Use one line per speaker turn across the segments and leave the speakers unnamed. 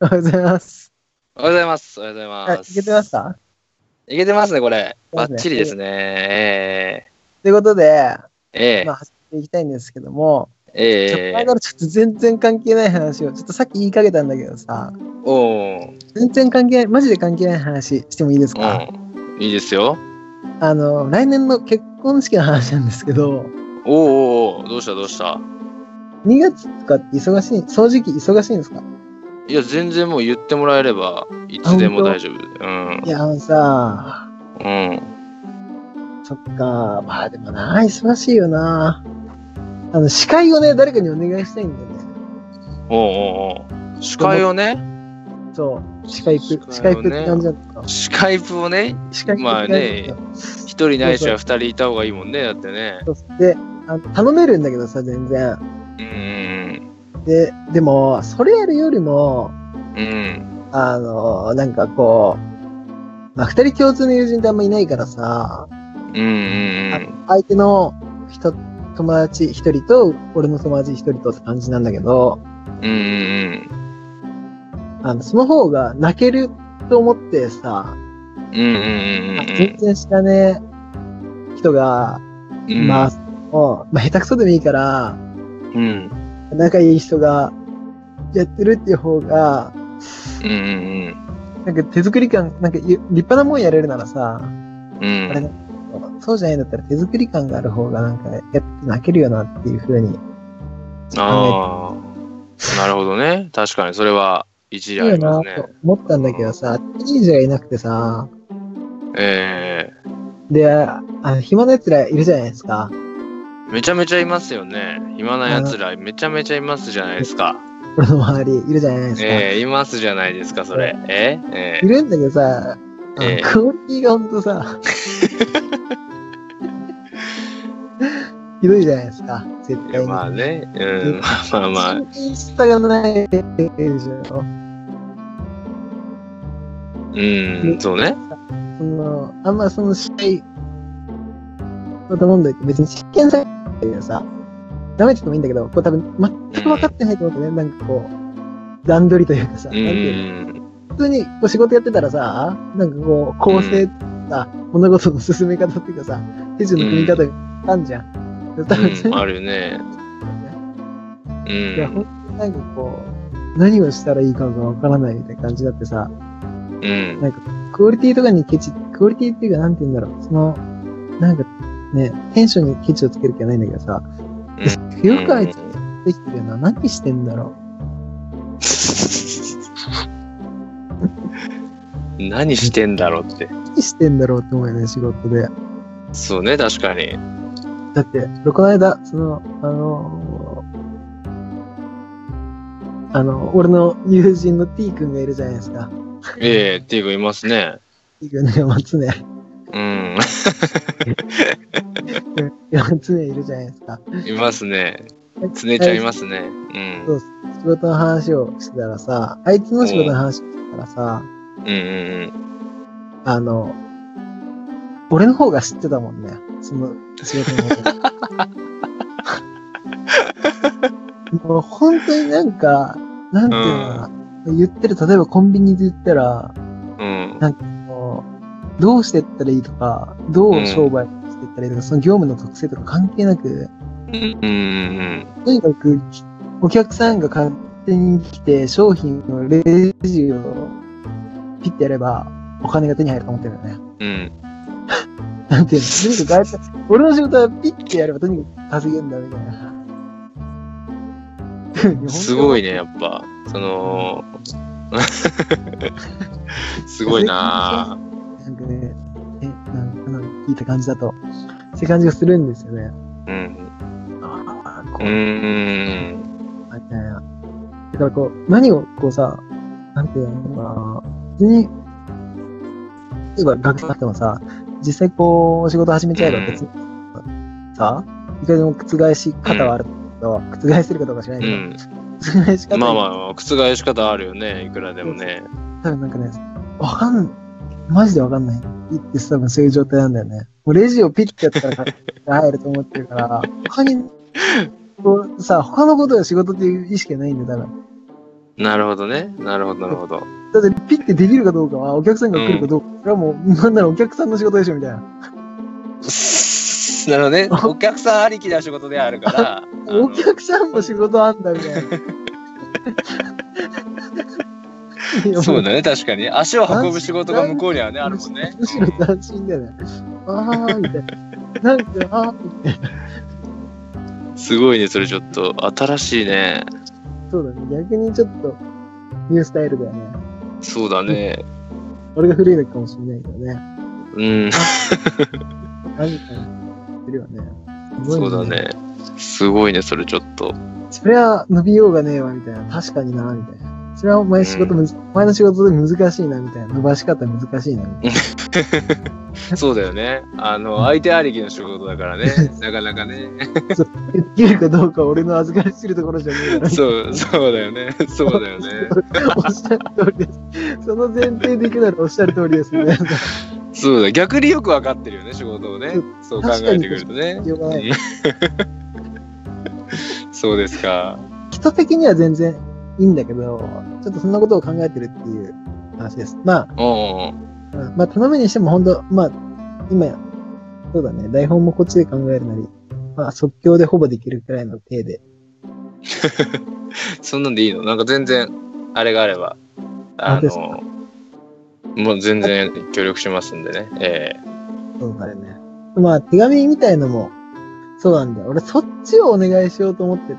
おはようございます。
おはようございます。おはようござい
はい、
ま
い
す。
けてました
いけてますね、これ。
そうですね
バッチリですね。
ということで、
えー、え
まあ、始めていきたいんですけども、
ー、え
ちょ
え
前からちょっと全然関係ない話を、ちょっとさっき言いかけたんだけどさ、
おー
全然関係ない、マジで関係ない話してもいいですか、
うん。いいですよ。
あの、来年の結婚式の話なんですけど、
おーおーおーどうしたどうした
2月とかって忙しい、掃除機忙しいんですか
いや、全然もう言ってもらえれば、いつでも大丈夫。うん
い。や、あのさ、
うん。
そっか、まあでもな、忙しいよな。あの、司会をね、誰かにお願いしたいんだよね。
おーおーおー司会をね、
そう、司会
司会を
プ、司会プ
ね
って感じだった。
スカイプをね、
司会プ
まあね一人ないしは二人いた方がいいもんね、だってね。
そうであの頼めるんだけどさ全然
うん
ででもそれやるよりも
うんうん。うん。
あのなんかこう、まあ、2人共通の友人ってあんまいないからさ
うんうんう
あ
ん。
相手の人友達1人と俺の友達1人とって感じなんだけど
うんうん
あのその方が泣けると思ってさ、
うん。うんうんうんうん
全然知らねえ人が
う
い
ん。
ます、もうまあ、下手くそでもいいから
うん。
仲いい人がやってるっていう方が
うんうん
なんか手作り感、なんかゆ立派なもんやれるならさ、
うん。うん
あれそうじゃないんだったら手作り感がある方がなんかやって泣けるよなっていうふうに。
ああ、 なるほどね。確かに、それは一
いい
理あ
よ
りま
な
すね
と。思ったんだけどさ、ティージがいなくてさ、
え
で、あの暇な奴らいるじゃないですか。
えめちゃめちゃいますよね。暇な奴ら、めちゃめちゃいますじゃないですか。
俺の周りいるじゃないですか。
ええいますじゃないですか、それ。ええ
いるんだけどさ、あの
ええ
クオリティがほんと さ、ひどいじゃないですか、絶
ええ
対に。
まあね、うん、 まあまあまあ、
インスタがないでしょ。
うん、そうね。
その、あんまその試合を頼んどいて、別に試験されてるけどさ、舐めててもいいんだけど、こう多分全く分かってないと思ってね、なんかこう、段取りというかさ、
う
なんていうの
ん、
普通にこう仕事やってたらさ、なんかこう、構成さ、物事の進め方っていうかさ、手順の組み方があんじゃん。多分
う
全
ん、
部
あるよね。う
いや、ほん
ん、
とになんかこう、何をしたらいいかがわからないみたいな感じだってさ、
うん、
クオリティとかにケチ、クオリティっていうか、なんて言うんだろう、その、なんかね、テンションにケチをつける気はないんだけどさ、よくあいつできてるよな、何してんだろ
何してんだろうって。
う、何してんだろうって思うよね、仕事で。
そうね、確かに。
だって、俺この間、その、あのーあの、俺の友人の T 君がいるじゃないですか。
ええっていうかいますね。
T 君ね、松ね。
うん。
松ねいるじゃないですか。
いますね。つねちゃんいますね。うん。
仕事の話をしてたらさ、あいつの仕事の話をしてたらさ、
うんうん
あの、俺の方が知ってたもんね。その仕事のこと。もう本当になんか、なんていうのかな、言ってる、例えばコンビニで言ったら、
うん。うん。
もうどうしてったらいいとか、どう商売してったらいいとか、その業務の特性とか関係なく、
うんうん
とにかくお客さんが勝手に来て、商品のレジをピッてやれば、お金が手に入ると思ってるよね。
うん。うん。
なんていうの、とにかく外貨俺の仕事はピッてやればとにかく稼げるんだみたいな。
すご
い。
いね、やっぱ。その、 すごいな
なんかね、え、なんかなんか聞いた感じだと、そういう感じがするんですよね。
うん。
ああ、
う
こう、
ーん。
みたいな。だからこう、何をこうさ、なんていうのかな、別に、例えば学生だってもさ、実際こう、お仕事始めちゃえば別に、さ、いかにも覆し方はあるけど、覆せるかどうか知らないうけど、
ん。
覆し方
まあまあまあ、覆し方あるよね。いくらでもね。
多分なんかね、わかん、マジでわかんないって多分そういう状態なんだよね。もうレジをピッてやった から入ると思ってるから、他に、こうさ、他のことが仕事っていう意識がないんだよ、多分。
なるほどね。なるほど、 なるほど。
だってピッてできるかどうかは、お客さんが来るかどうか、それはもう、なんならお客さんの仕事でしょみたいな。
なるほどね。お客さんありきな仕事ではあるから。あの
お客さんも仕事あんだみたいな。 いや
そうだね、確かに。足を運ぶ仕事が向こうにはね、あるもんね。
むしろ斬新だよね。あーみたいな。なんか、あーみたいな。
すごいね、それちょっと。新しいね。
そうだね。逆にちょっと、ニュースタイルだよね。
そうだね。
俺が古いのかもしれないけどね。
うん、
何かにってるよね。す
そ
ご
う
い
だ。ね。すごいね、それちょっと。
そりゃ伸びようがねえわ、みたいな。確かにな、みたいな。それはお前仕事むず、お前の仕事で難しいな、みたいな。伸ばし方難しいな、みたいな。
そうだよね。あの、相手ありきの仕事だか らね。なかなかね。
できるかどうか俺の預かりするところじゃねえだろ。
そう、そうだよね。そうだよね。
おっしゃる通りです。その前提でいくならおっしゃる通り です、みたいな。
そうだ。逆によくわかってるよね、仕事をね。そう考えてくるとね。
言わない
そうですか。
人的には全然いいんだけど、ちょっとそんなことを考えてるっていう話です。まあ、
おうおう
うんまあ、頼みにしても本当、まあ、今、そうだね、台本もこっちで考えるなり、まあ、即興でほぼできるくらいの体で。
そんなんでいいのなんか全然、あれがあれば。あ
あです
の、もう全然協力しますんでね。ええ
そうだね。まあ、手紙みたいのも、そうなんだよ。俺、そっちをお願いしようと思ってて。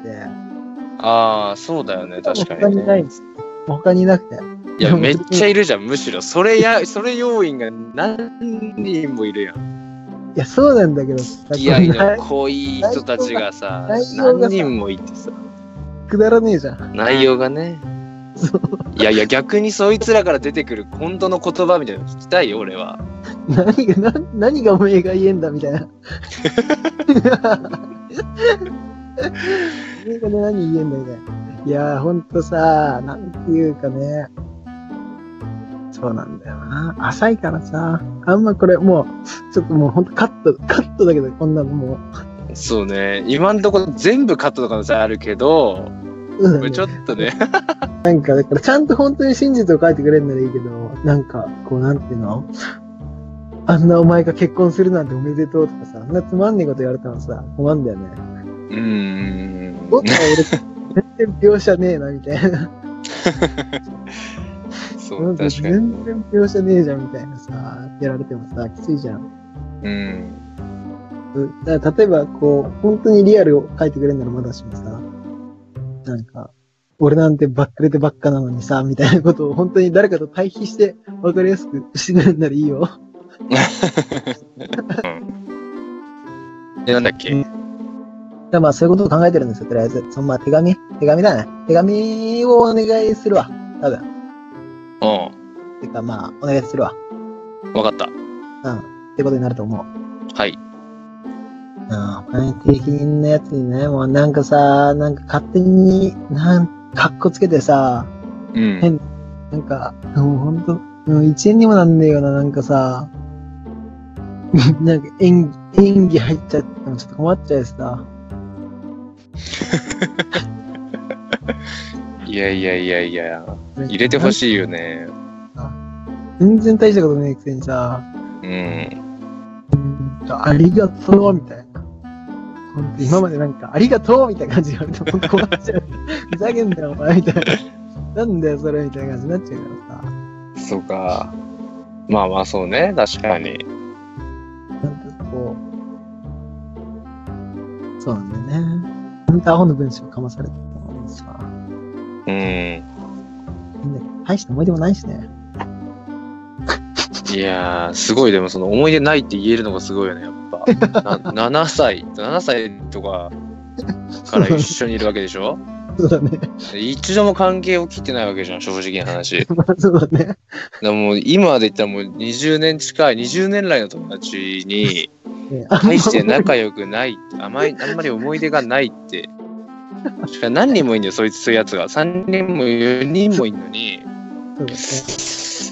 ああ、そうだよね。確か
他
に
にな
ね。
いんです。他にいなくて。
いや、めっちゃいるじゃん。むしろ、それや、それ要員が何人もいるやん。
いや、そうなんだけど、
付き合い
な
の
い
濃い人たちがさ
内容が
何人もいてさ
くだらねえじゃん。
内容がね
そう。
いやいや逆にそいつらから出てくる本当の言葉みたいなの聞きたいよ俺は
何が、な何がお前が言えんだみたい な。お前が何言えんだみたいな。いやー、ほんとさ、なんていうかね。そうなんだよな。浅いからさ、あんまこれもう、ちょっともうほんとカット、カットだけど、こんなのも
そうね今んとこ全部カットの可能性あるけど
う。そうだ
これ
ね
ちょっ とね
なんか、だからちゃんと本当に真実を書いてくれるならいいけど、なんか、こう、なんていうのあんなお前が結婚するなんておめでとうとかさ、あんなつまんねえこと言われたらさ、困んだよね。
うーん
おっと俺、全然描写ねえな、みたいな。
そう
全
確かに
然描写ねえじゃん、みたいなさ、やられてもさ、きついじゃん。
うん
うんだから例えば、こう、本当にリアルを書いてくれるならまだしもさ、なんか、俺なんてばっくれてばっかなのにさ、みたいなことを本当に誰かと対比して分かりやすくしてくれるならいいよ。
でなんだっけ、
うんで まあそういうことを考えてるんですよ、とりあえず。そのまあ手紙手紙だね。手紙をお願いするわ。多分。
う
てかまあ、お願いするわ。
んわかった
うん。ってことになると思う。
はい
うん。お金定期便のやつにね、もうなんかさ、なんか勝手に、なん、かっこつけてさ、
うん
なんか、もうほんと、うん、一円にもなんねえよな、なんかさ、 なんか演技、演技入っちゃってもちょっと困っちゃうしさ。
いやいやいやいや入れてほ
い。
しいよね
全然大したことねえくせにさ、
うん
ありがとうみたいな。本当今までなんか、ありがとうみたいな感じで言われて、本当困っちゃう。ふざけんなよ、お前みたいな。なんだよ、それみたいな感じになっちゃうからさ。
そうかまあまあそうね確かに
なんかこう、そうなんだよね。本当アホの文章をかまされてたのにさ、
うん
みんな大した思い出もないしね。
いやー、すごい、でもその思い出ないって言えるのがすごいよね、やっぱ。な7歳、7歳とかから 一緒にいるわけでしょ
そうだね。
一度も関係を切ってないわけじゃん、正直な話。だか
まあそうだ ね。
らもう今で言ったらもう20年近い、20年来の友達に、
ねあんま
大して仲良くない、あまり、あんまり思い出がないって。しかも何人もいんだよ、そいつ、そういうやつが。3人も4人もいんのに、
そうだね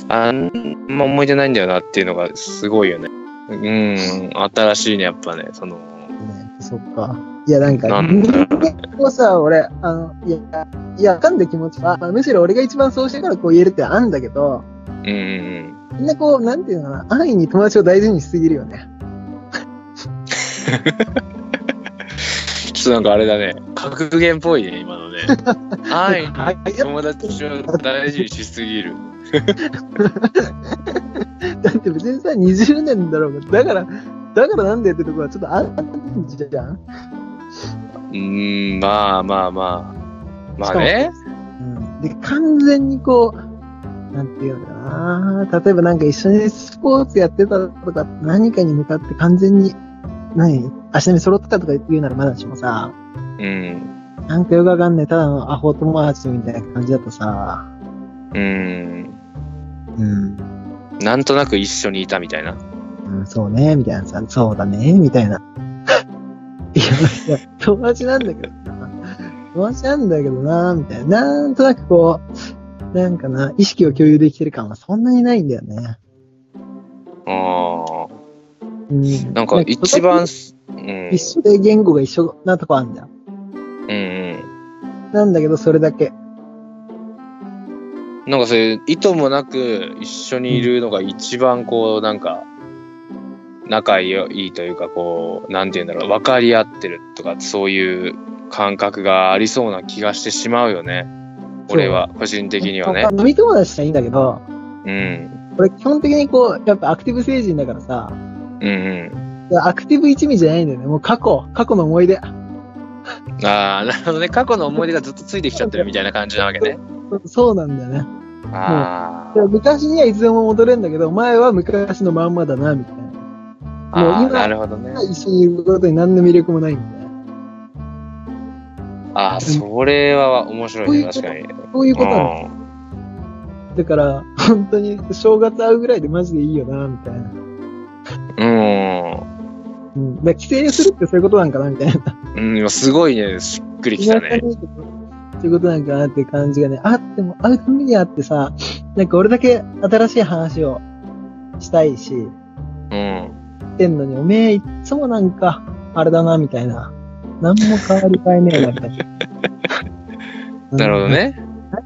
あんま思い出ないんだよなっていうのがすごいよね。うん、新しいね、やっぱね、その、
ねそっか。いや、なんか、
なんだ
人間をさ、俺、あの、いや、いや、わかんない気持ちは、むしろ俺が一番そうしてからこう言えるってあんだけど、
うんうん
みんなこう、なんていうのかな、安易に友達を大事にしすぎるよね。
うん。ちょっとなんかあれだね。格言っぽいね、今のね。はい。
いや
友達を大事にしすぎる。
だって別にさ、20年だろうが、だから、だからなんでってとこはちょっとあんじゃん。
うーん、まあまあまあ。まあね。
うん、で、完全にこう、なんていうのかな、例えばなんか一緒にスポーツやってたとか、何かに向かって完全に、何足並み揃ってたとか言うならまだしもさ、
うん。
なんかよくわかんない、ただのアホ友達みたいな感じだとさ、
うん。
うん、
なんとなく一緒にいたみたいな。
うん、そうね、みたいなさ、そうだね、みたいな。 いや、いや友達なんだけどな、友達なんだけどな、みたいな。なんとなくこう、なんかな、意識を共有できてる感はそんなにないんだよね。
あ
うん、
あ。なんか一番、うん。うん
一緒で言語が一緒なとこあるんだよ。
うん。
なんだけど、それだけ。
なんかそういう意図もなく一緒にいるのが一番こう、なんか、仲いいというか、こう、なんて言うんだろう、分かり合ってるとか、そういう感覚がありそうな気がしてしまうよね。俺は、個人的にはね
他。飲み友達はいいんだけど、
うん。
俺基本的にこう、やっぱアクティブ成人だからさ、
うんうん。
アクティブ一味じゃないんだよね。もう過去、過去の思い出。
あ あ、なるほどね。過去の思い出がずっとついてきちゃってるみたいな感じなわけね。
そうなんだよね。
あ
で昔にはいつでも戻れるんだけど、前は昔のまんまだな、みたいな。
あ。あ
も
あ、
う今
なるほどね。
一緒にいることに何の魅力もないんだよね。
ああ、それは面白いね、確かに。
そういうことなの。
う
だから、本当に正月会うぐらいでマジでいいよな、みたいな。
ん。うん。
うん。だから帰省するってそういうことなんかな、みたいな。
うん、今すごいね、しっくりきたね。
ということなんかなっていう感じがね、あっても、会うためにあってさ、なんか俺だけ新しい話をしたいし、
うん。。
ってんのに、おめえいっつもなんか、あれだな、みたいな。何も変わり変えねえな、みたいな
なるほど。ね。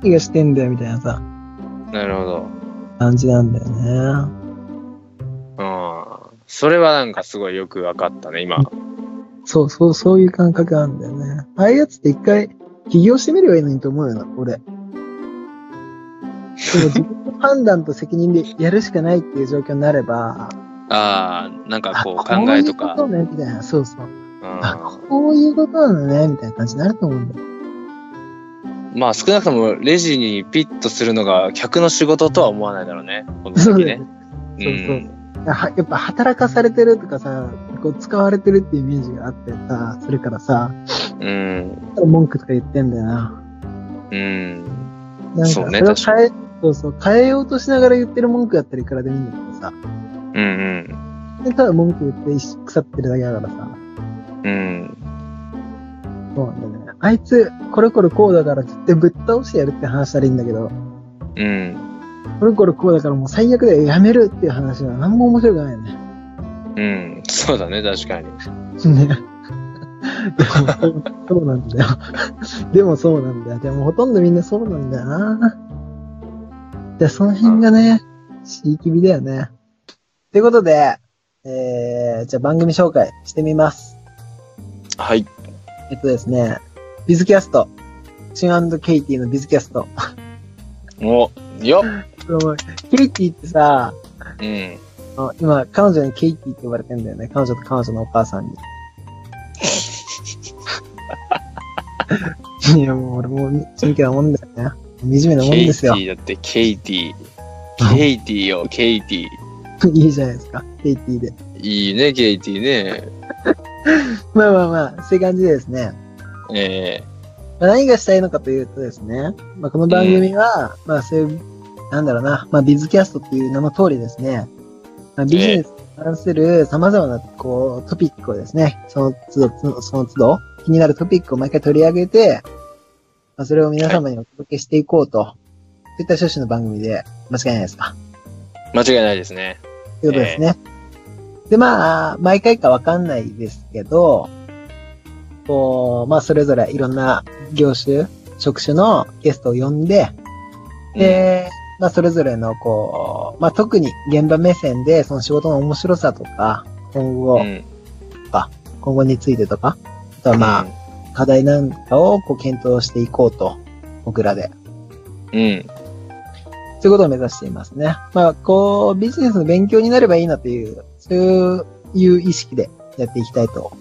何がしてんだよ、みたいなさ、
なるほど。
感じなんだよね。
うん。それはなんかすごいよく分かったね、今。
そうそう、そういう感覚なんだよね。ああいうやつって一回、起業してみればいいのにと思うよな、俺。 でも自分の判断と責任でやるしかないっていう状況になれば、
ああ、なんかこう
あ
考えとか。
こういうことね、みたいな。そうそう。あ
う、
こういうことなのね、みたいな感じになると思うんだよ。
ん。まあ少なくともレジにピッとするのが客の仕事とは思わないだろうね。この
そう
時
だ
ね
よ。ね。そうそう。はやっぱ働かされてるとかさ、こう使われてるっていうイメージがあってさ、するからさ、
うん。
文句とか言ってんだよな。
うん。
なんか
そうね
れを
確か
変え、そうそう、変えようとしながら言ってる文句だったらいくらでもいいんだけどさ、
うん。うん。
でただ文句言って腐ってるだけだからさ、
うん。
そうなんだよね。あいつ、これこれこうだからって言ってぶっ倒してやるって話したらいいんだけど、
うん。
これこれこうだからもう最悪だよ、やめるっていう話は何も面白くないよね。
うん。そうだね、確かに。
ね。 でもそう、そうなんだよ。 でもそうなんだよ。でもほとんどみんなそうなんだよな。で、その辺がね、地域美だよね。ってことで、えー、じゃあ番組紹介してみます。
はい。
えっとですね、ビズキャスト。シンケイティのビズキャスト。
お、よ
ケイティってさ、
うん。
あの今、彼女にケイティって呼ばれてんだよね。彼女と彼女のお母さん に。いや、もう俺もう、真剣なもんだよね。惨めなもん
ケイ
で
テ
すよ。
ィだって、ケイティ。ケイティよ、ケイティ。
いいじゃないですか。ケイティで。
いいね、ケイティね。
まあまあまあ、そういう感じでですね。
え
まあ、何がしたいのかというとですね、まあ、この番組は、まあそういう、なんだろうな、まあビズキャストっていう名の通りですね、まあ、ビジネスに関する様々なこうトピックをですね、その都度、その都度、気になるトピックを毎回取り上げて、まあ、それを皆様にお届けしていこうと、そういった趣旨の番組で間違いないですか。
ー、間違いないですね。
ということですね。で、まあ、毎回かわかんないですけど、こう、まあ、それぞれいろんな業種、職種のゲストを呼んで、で、まあ、それぞれの、こう、まあ、特に現場目線で、その仕事の面白さとか、今後、
ん、
今後についてとか、あとはまあ、課題なんかをこう検討していこうと、僕らで。
うん、
そういうことを目指していますね。まあ、こう、ビジネスの勉強になればいいなという、そういう意識でやっていきたいと、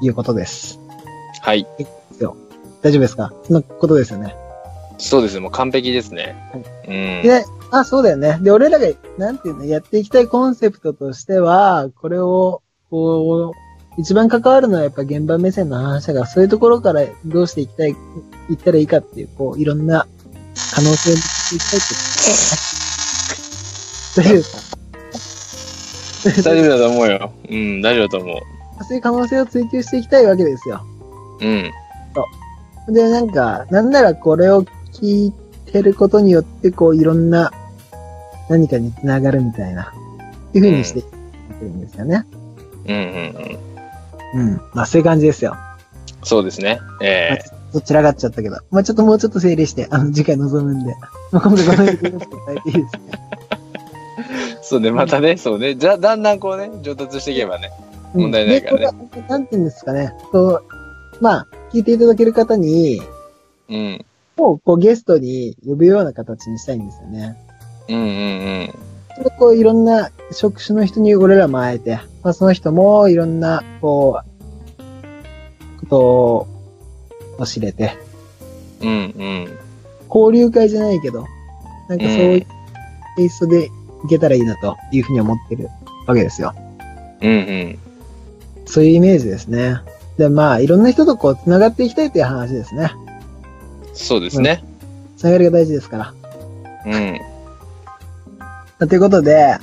いうことです。
はい、
大丈夫ですかそんなことですよね。
そうですね、もう完璧ですね。 うん、
で、あ、そうだよね。で、俺らが、なんていうの、やっていきたいコンセプトとしては、これを、こう、一番関わるのはやっぱ現場目線の話だから、そういうところからどうしていきたい、いったらいいかっていう、こう、いろんな可能性を見つけていきたいっていう。大丈夫ですか
大丈夫だと思うよ。うん、大丈夫だと思
そういう可能性を追求していきたいわけですよ。
う。うん、
で、なんか、なんならこれを聞いてることによって、こう、いろんな何かにつながるみたいな、っていう風にしていってるんですよね。
うん、うん、うん。
うん。まあ、そういう感じですよ。
そうですね。ええ
どちらがっちゃったけど。まあ、ちょっともうちょっと整理して、あの、次回臨むんで。まあ、今度ごめんなさい。いいですか
そうね、またね、そうね。じゃあ、だんだんこうね、上達していけばね。 問題ないからね
ね。これはなんていうんですかね。こう、まあ、聞いていただける方に、
うん、
もう、こう、ゲストに呼ぶような形にしたいんですよね。
うん、うん、
それでこう、いろんな職種の人に俺らも会えて、まあ、その人もいろんな、こう、ことを知れて、
うん、うん、
交流会じゃないけど、なんかそういうテイストでいけたらいいなというふうに思ってるわけですよ。
うん、うん、
そういうイメージですね。で、まあ、いろんな人とこう、繋がっていきたいという話ですね。
うん。そうですね。
繋がりが大事ですから
うん、。
まあということで、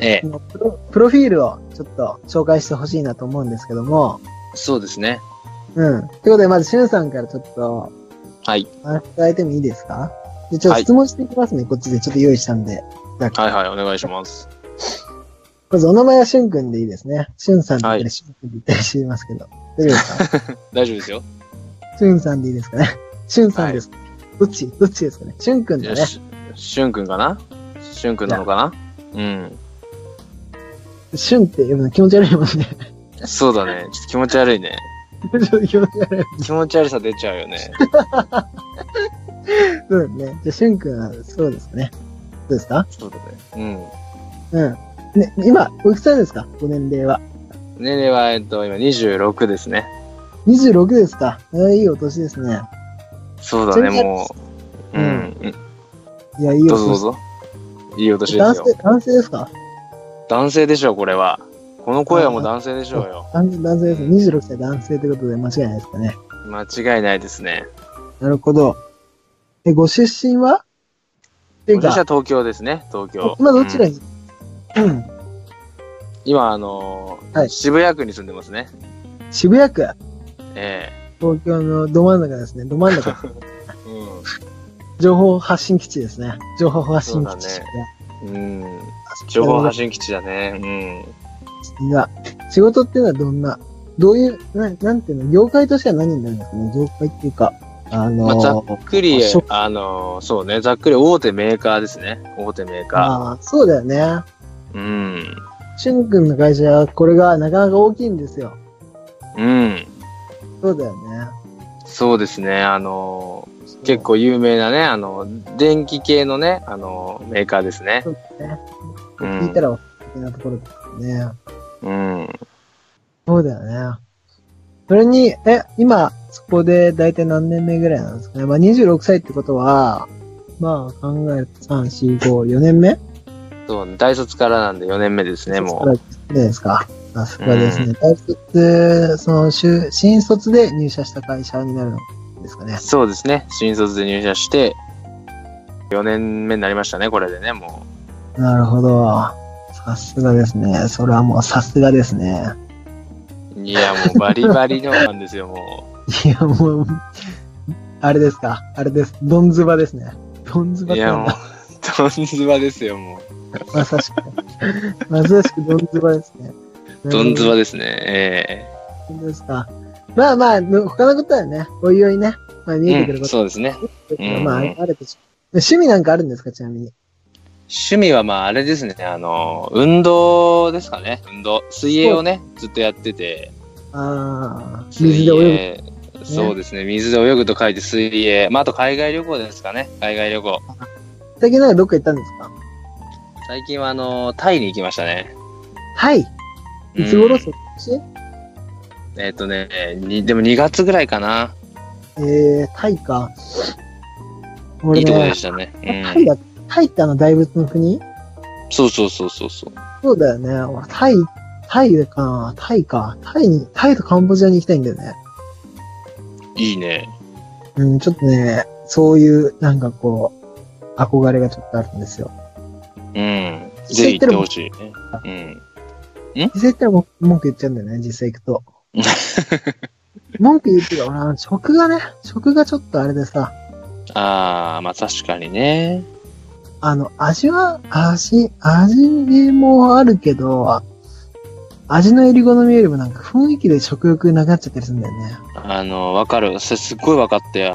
ええ
このプロプロフィールをちょっと紹介してほしいなと思うんですけども、
そうですね。
うん。ということで、まず、しゅんさんからちょっと、
はい、
話していただいてもいいですかでちょっ
は
と
い
質問していきますね、こっちでちょっと用意したんで。
はい、はい、お願いします。
まず、お名前はしゅんくんでいいですね。しゅんさんだったり、しゅんくんで言ったりしますけど。大丈夫です か
大丈夫ですよ。
しゅんさんでいいですかね。しゅんさんです。どっちどっちですかね。しゅんくん
じ
だ
ゃあ
ね。
ししゅんくんかなしゅんくんなのかなうん。
しゅんって呼ぶの気持ち悪いもんね。
そうだね。ちょっと気持ち悪いね。
ちょっと気持ち悪い。
気持ち悪さ出ちゃうよね。
そうだね。じゃあ、しゅんくんは、そうですね。どうですか
そうだね。
うん。ね、今、おいくつなんですかご年齢は。
うん。年齢は、えっと、今26ですね。
26ですかえーいいお年ですね。
そうだね、
全然
もう。うん。
いや、いいお年。
どうぞどうぞ。いいお年で
男
すよ
性、。男性ですか
男性でしょう、これは。この声はもう男性でしょうよ。
男性男性です。26歳男性ということで間違いないですかね。
間違いないですね。
なるほど。え、ご出身はっていう
私は
か、
東京ですね、東京。
今どちら
うん
に、うん、
今、あのー
はい
渋谷区に住んでますね。
渋谷区、
え
東京のど真ん中ですね。ど真ん中。
え
情報発信基地ですね。情報発信基地。
そうだうん。うん。情報発信基地だね。
いや仕事っていうのはどんな、どういう、ななんていうの、業界としては何になるんですかね。業界っていうか、あの
まあざ
ー
うん。クリ
あそう
あのーそうね、ざっくり大手メーカーですね。大手メーカ
あーそうだよね。
ー。うん。
しゅんくんの会社はこれがなかなか大きいんですよ。
うん。
そうだよね。
そうですね、あのー結構有名なね、あの、電気系のね、あのーメーカーですね。
そうだね。
うん
聞いたらおかしなところですよね。
うん。
そうだよね。それに、え、今、そこで大体何年目ぐらいなんですかね。まあ26歳ってことは、まあ考えると3、4、5、4年目
そう、大卒からなんで4年目ですね、もう。
う。ですか。さすがですね。大卒、その、就新卒で入社した会社になるんですかね。
そうですね、新卒で入社して、4年目になりましたね、これでね、も
なるほど。さすがですね。それはもうさすがですね。
う。いや、もうバリバリのなんですよ、も
いや、もう、あれですか。あれです。ドンズバですね。ドンズ
う。
バっ
い
て
や、
なん
もう
だ。、
とんずばですよ、も
まさしく。 まさしくドンズバですね。
う。とんず
バ。
ばですね、え
本当ですか。まあまあ、ぬ他のことはね、おいおいね、まあ見えてくる
うん
こ
そうですね。
と、
うん
まあ、あるでしょう。趣味なんかあるんですか、ちなみに。
趣味はまああれですね、あの、運動ですかね。運動。水泳をね、ずっとやってて。
ああ、水で泳ぐ。
泳ぐ。そうですね。水で泳ぐと書いて水泳。まああと海外旅行ですかね。海外旅行。
最近なんかどっか行ったんですか
最近はあの、タイに行きましたね。
はい。いつ
う
頃
ん
そっち
えっ、とね、にでも2月ぐらいかな。
えー、タイか。
い
俺
いとこで
ね、
したね。
タ
う
イ
ん。
だ、タイってあの大仏の国
そうそうそうそうそう。
そうだよね。俺、タイ、タイかなタイか。タイに、タイとカンボジアに行きたいんだよね。
いいね。
うん、ちょっとね、そういう、なんかこう、憧れがちょっとあるんですよ。
うん。ぜひ行ってほしい、ね。うん。
実際行ったらもう文句言っちゃうんだよね、実際行くと。文句言うけど、俺、あの食がね、食がちょっとあれでさ、
ああ、まあ確かにね。
あの、味は、味、味もあるけど、味のより好みよりもなんか雰囲気で食欲なくなっちゃったりするんだよね。
あの、わかる。それすっごいわかって。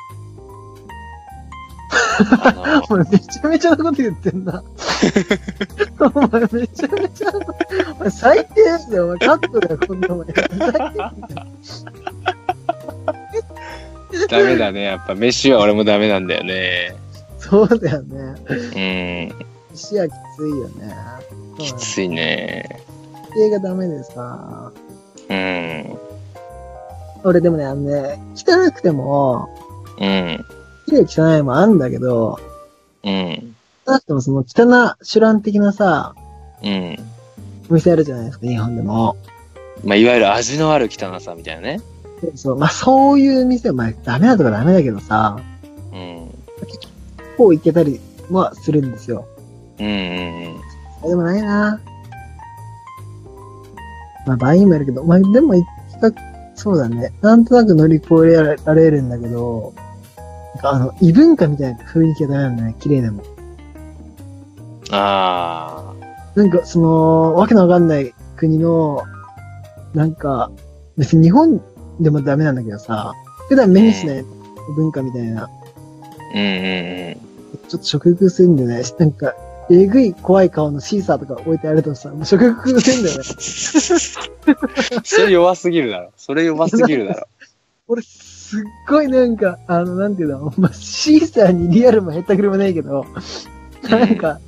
あ
お前めちゃめちゃなこと言ってんな。お前めちゃめちゃなこと、お前最低ですよ、お前カットだよ、こんなもん。
の、ダメだね。やっぱ飯は俺もダメなんだよね。
そうだよね。
うん。
石はきついよね。
きついね。
そうなんだ。家がダメでさ。
うん。
俺でもね、あのね、汚くても、
うん。
綺麗汚いもあんだけど、
うん。
汚くてもその汚、手乱的なさ、
うん。
お店あるじゃないですか、日本でも。
まあ、いわゆる味のある汚さみたいなね。
そう、まあそういう店、まあダメなとこダメだけどさ、
うん。
こう行けたりはするんですよ。
うんうん
あでもないな。まあ、倍にもやるけど、まあ、でも、比較、そうだね。なんとなく乗り越えられるんだけど、なんかあの、異文化みたいな雰囲気がダメなんだね、綺麗でも。
うん。あ
なんか、その、わけのわかんない国の、なんか、別に日本でもダメなんだけどさ、普段目にしない文化みたいな、
あ。うんうんうん。
ちょっと食欲するんでね、なんか、えぐい怖い顔のシーサーとか置いてあるとさ、もう食欲するん だよね。
それ弱すぎるだろ。それ弱すぎるだろ。
俺、すっごいなんか、あの、なんていうの、まあ、シーサーにリアルも減ったくれもないけど、なんか、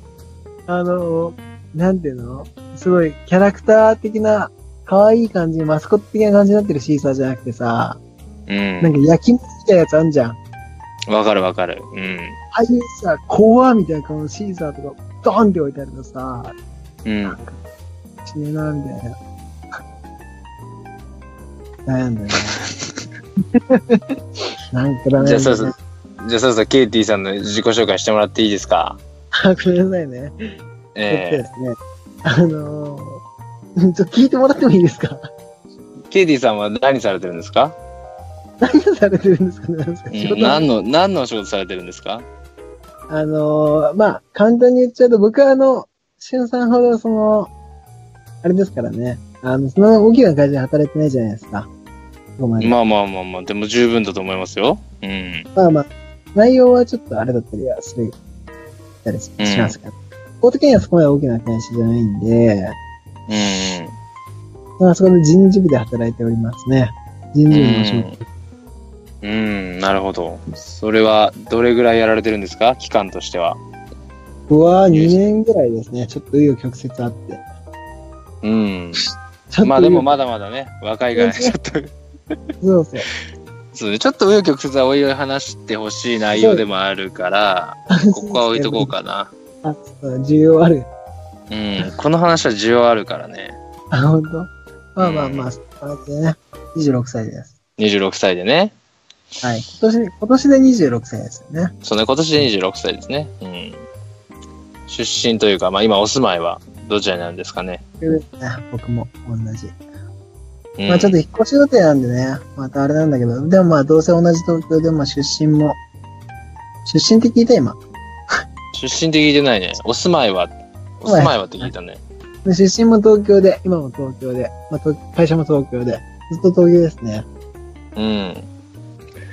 あの、なんていうの、すごいキャラクター的な、可愛い感じ、マスコット的な感じになってるシーサーじゃなくてさ、
う
なん
ん。
か焼き物みたいなやつあんじゃん。あ
わかるわかる。うん。
あいうさ、怖みたいな顔のシーサーとか、ドーンって置いてあるとさ、
うん。
しねえな、みたいな。悩 んだよね。なんかダメなんだ、ね。
じゃあそうそう。じゃあそうそう、ケイティさんの自己紹介してもらっていいですか
あ ごめんなさいね。えっと
え
ですね、あのー、 うんちょっと聞いてもらってもいいですか
えケイティさんは何されてるんですか、
何をされてるんですかねなんですか
うん
仕事は、
何の、何のお仕事されてるんですか
あのー、まあ、簡単に言っちゃうと、僕はあの、しゅんさんほどその、あれですからね、あの、その大きな会社で働いてないじゃないですか。ごめん。
まあまあまあまあ、でも十分だと思いますよ。うん。
まあまあ、内容はちょっとあれだったりはする、たりし
うん
ますけど、法的にはそこまで大きな会社じゃないんで、
う
まあそこで人事部で働いておりますね。人
ん。う
事部のお仕事
ん。うん、なるほど。それはどれぐらいやられてるんですか期間としては。
僕は2年ぐらいですね、ちょっと紆余曲折あって。
うん。
ちょっと紆余
まあでもまだまだね、若いから、ちょっと、
そうそう。
そうねちょっと紆余曲折はおいおい話してほしい内容でもある から、ここは置いとこうかな。
あ。そう重要ある。
うん、この話は需要あるからね。
あ、ほんとまあまあまあ、そんな感じでね。26歳です。
26歳でね。
はい。今年、今年で26歳ですよね。
そうね、今年で26歳ですね。うん。出身というか、まあ今お住まいはどちらになるんですかね。
ということでね僕も同じ。
うん、
まあちょっと引っ越し予定なんでね、またあれなんだけど、でもまあどうせ同じ東京でも出身も、出身って聞いた今。
出身って聞いてないね。お住まいは、お住まいはって聞いたね。
出身も東京で、今も東京で、まあ、と会社も東京で、ずっと東京ですね。
うん。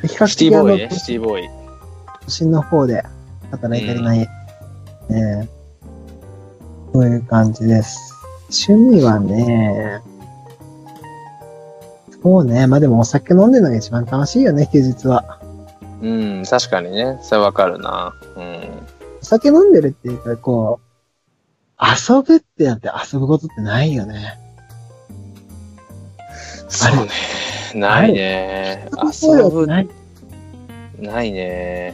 比較
シティ
的あ
ボー
の
イね、シティボーイ。
都心の方で働いてるない、ねそういう感じです。趣味はね、そうね、まあでもお酒飲んでるのが一番楽しいよね、休日は。
うん、確かにね。それわかるな。うん。
お酒飲んでるっていうか、こう、遊ぶってやって遊ぶことってないよね。
そうね。ないね。遊ぶ、
ない。
ないね。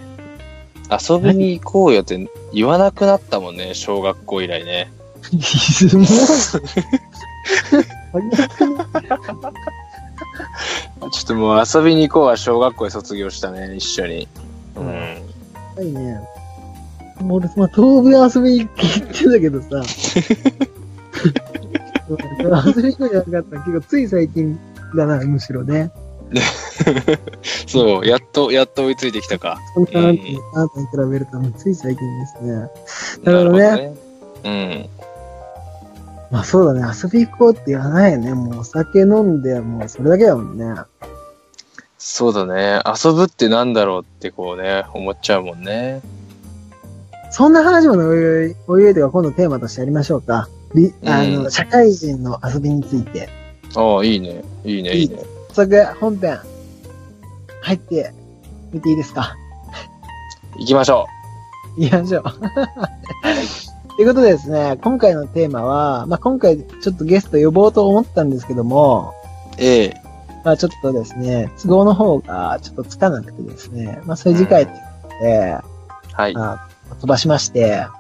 遊びに行こうよって言わなくなったもんね、小学校以来 ね。
もう、
ちょっともう遊びに行こうは小学校で卒業したね、一緒に。うん。
ないね。もう俺、まあ、遠部屋遊びに行ってんだけど さ。遊びに行こうじゃなかった結構つい最近だな、むしろね。
そう、やっと、やっと追いついてきたか。
そんな、
うん
あなたに比べると、もうつい最近ですね。な
な
るほど
るほど
ね
ね。うん。
まあそうだね、遊び行こうって言わないよね。もうお酒飲んで、もうそれだけだもんね。
そうだね。遊ぶってなんだろうってこうね、思っちゃうもんね。
そんな話もねおいおい、おいおいというか今度テーマとしてやりましょうか。りあの、
うん
社会人の遊びについて。
ああ、いいね。いいね、いいね。
早速、本編、入ってみていいですか。
行きましょ
言いましょう。ということでですね、今回のテーマは、まあ、今回ちょっとゲスト呼ぼうと思ったんですけども、
う。ええ。
まあ、ちょっとですね、都合の方がちょっとつかなくてですね、まあ、それ次回ということで、
はい。ま
まあ、飛ばしまして、
あ、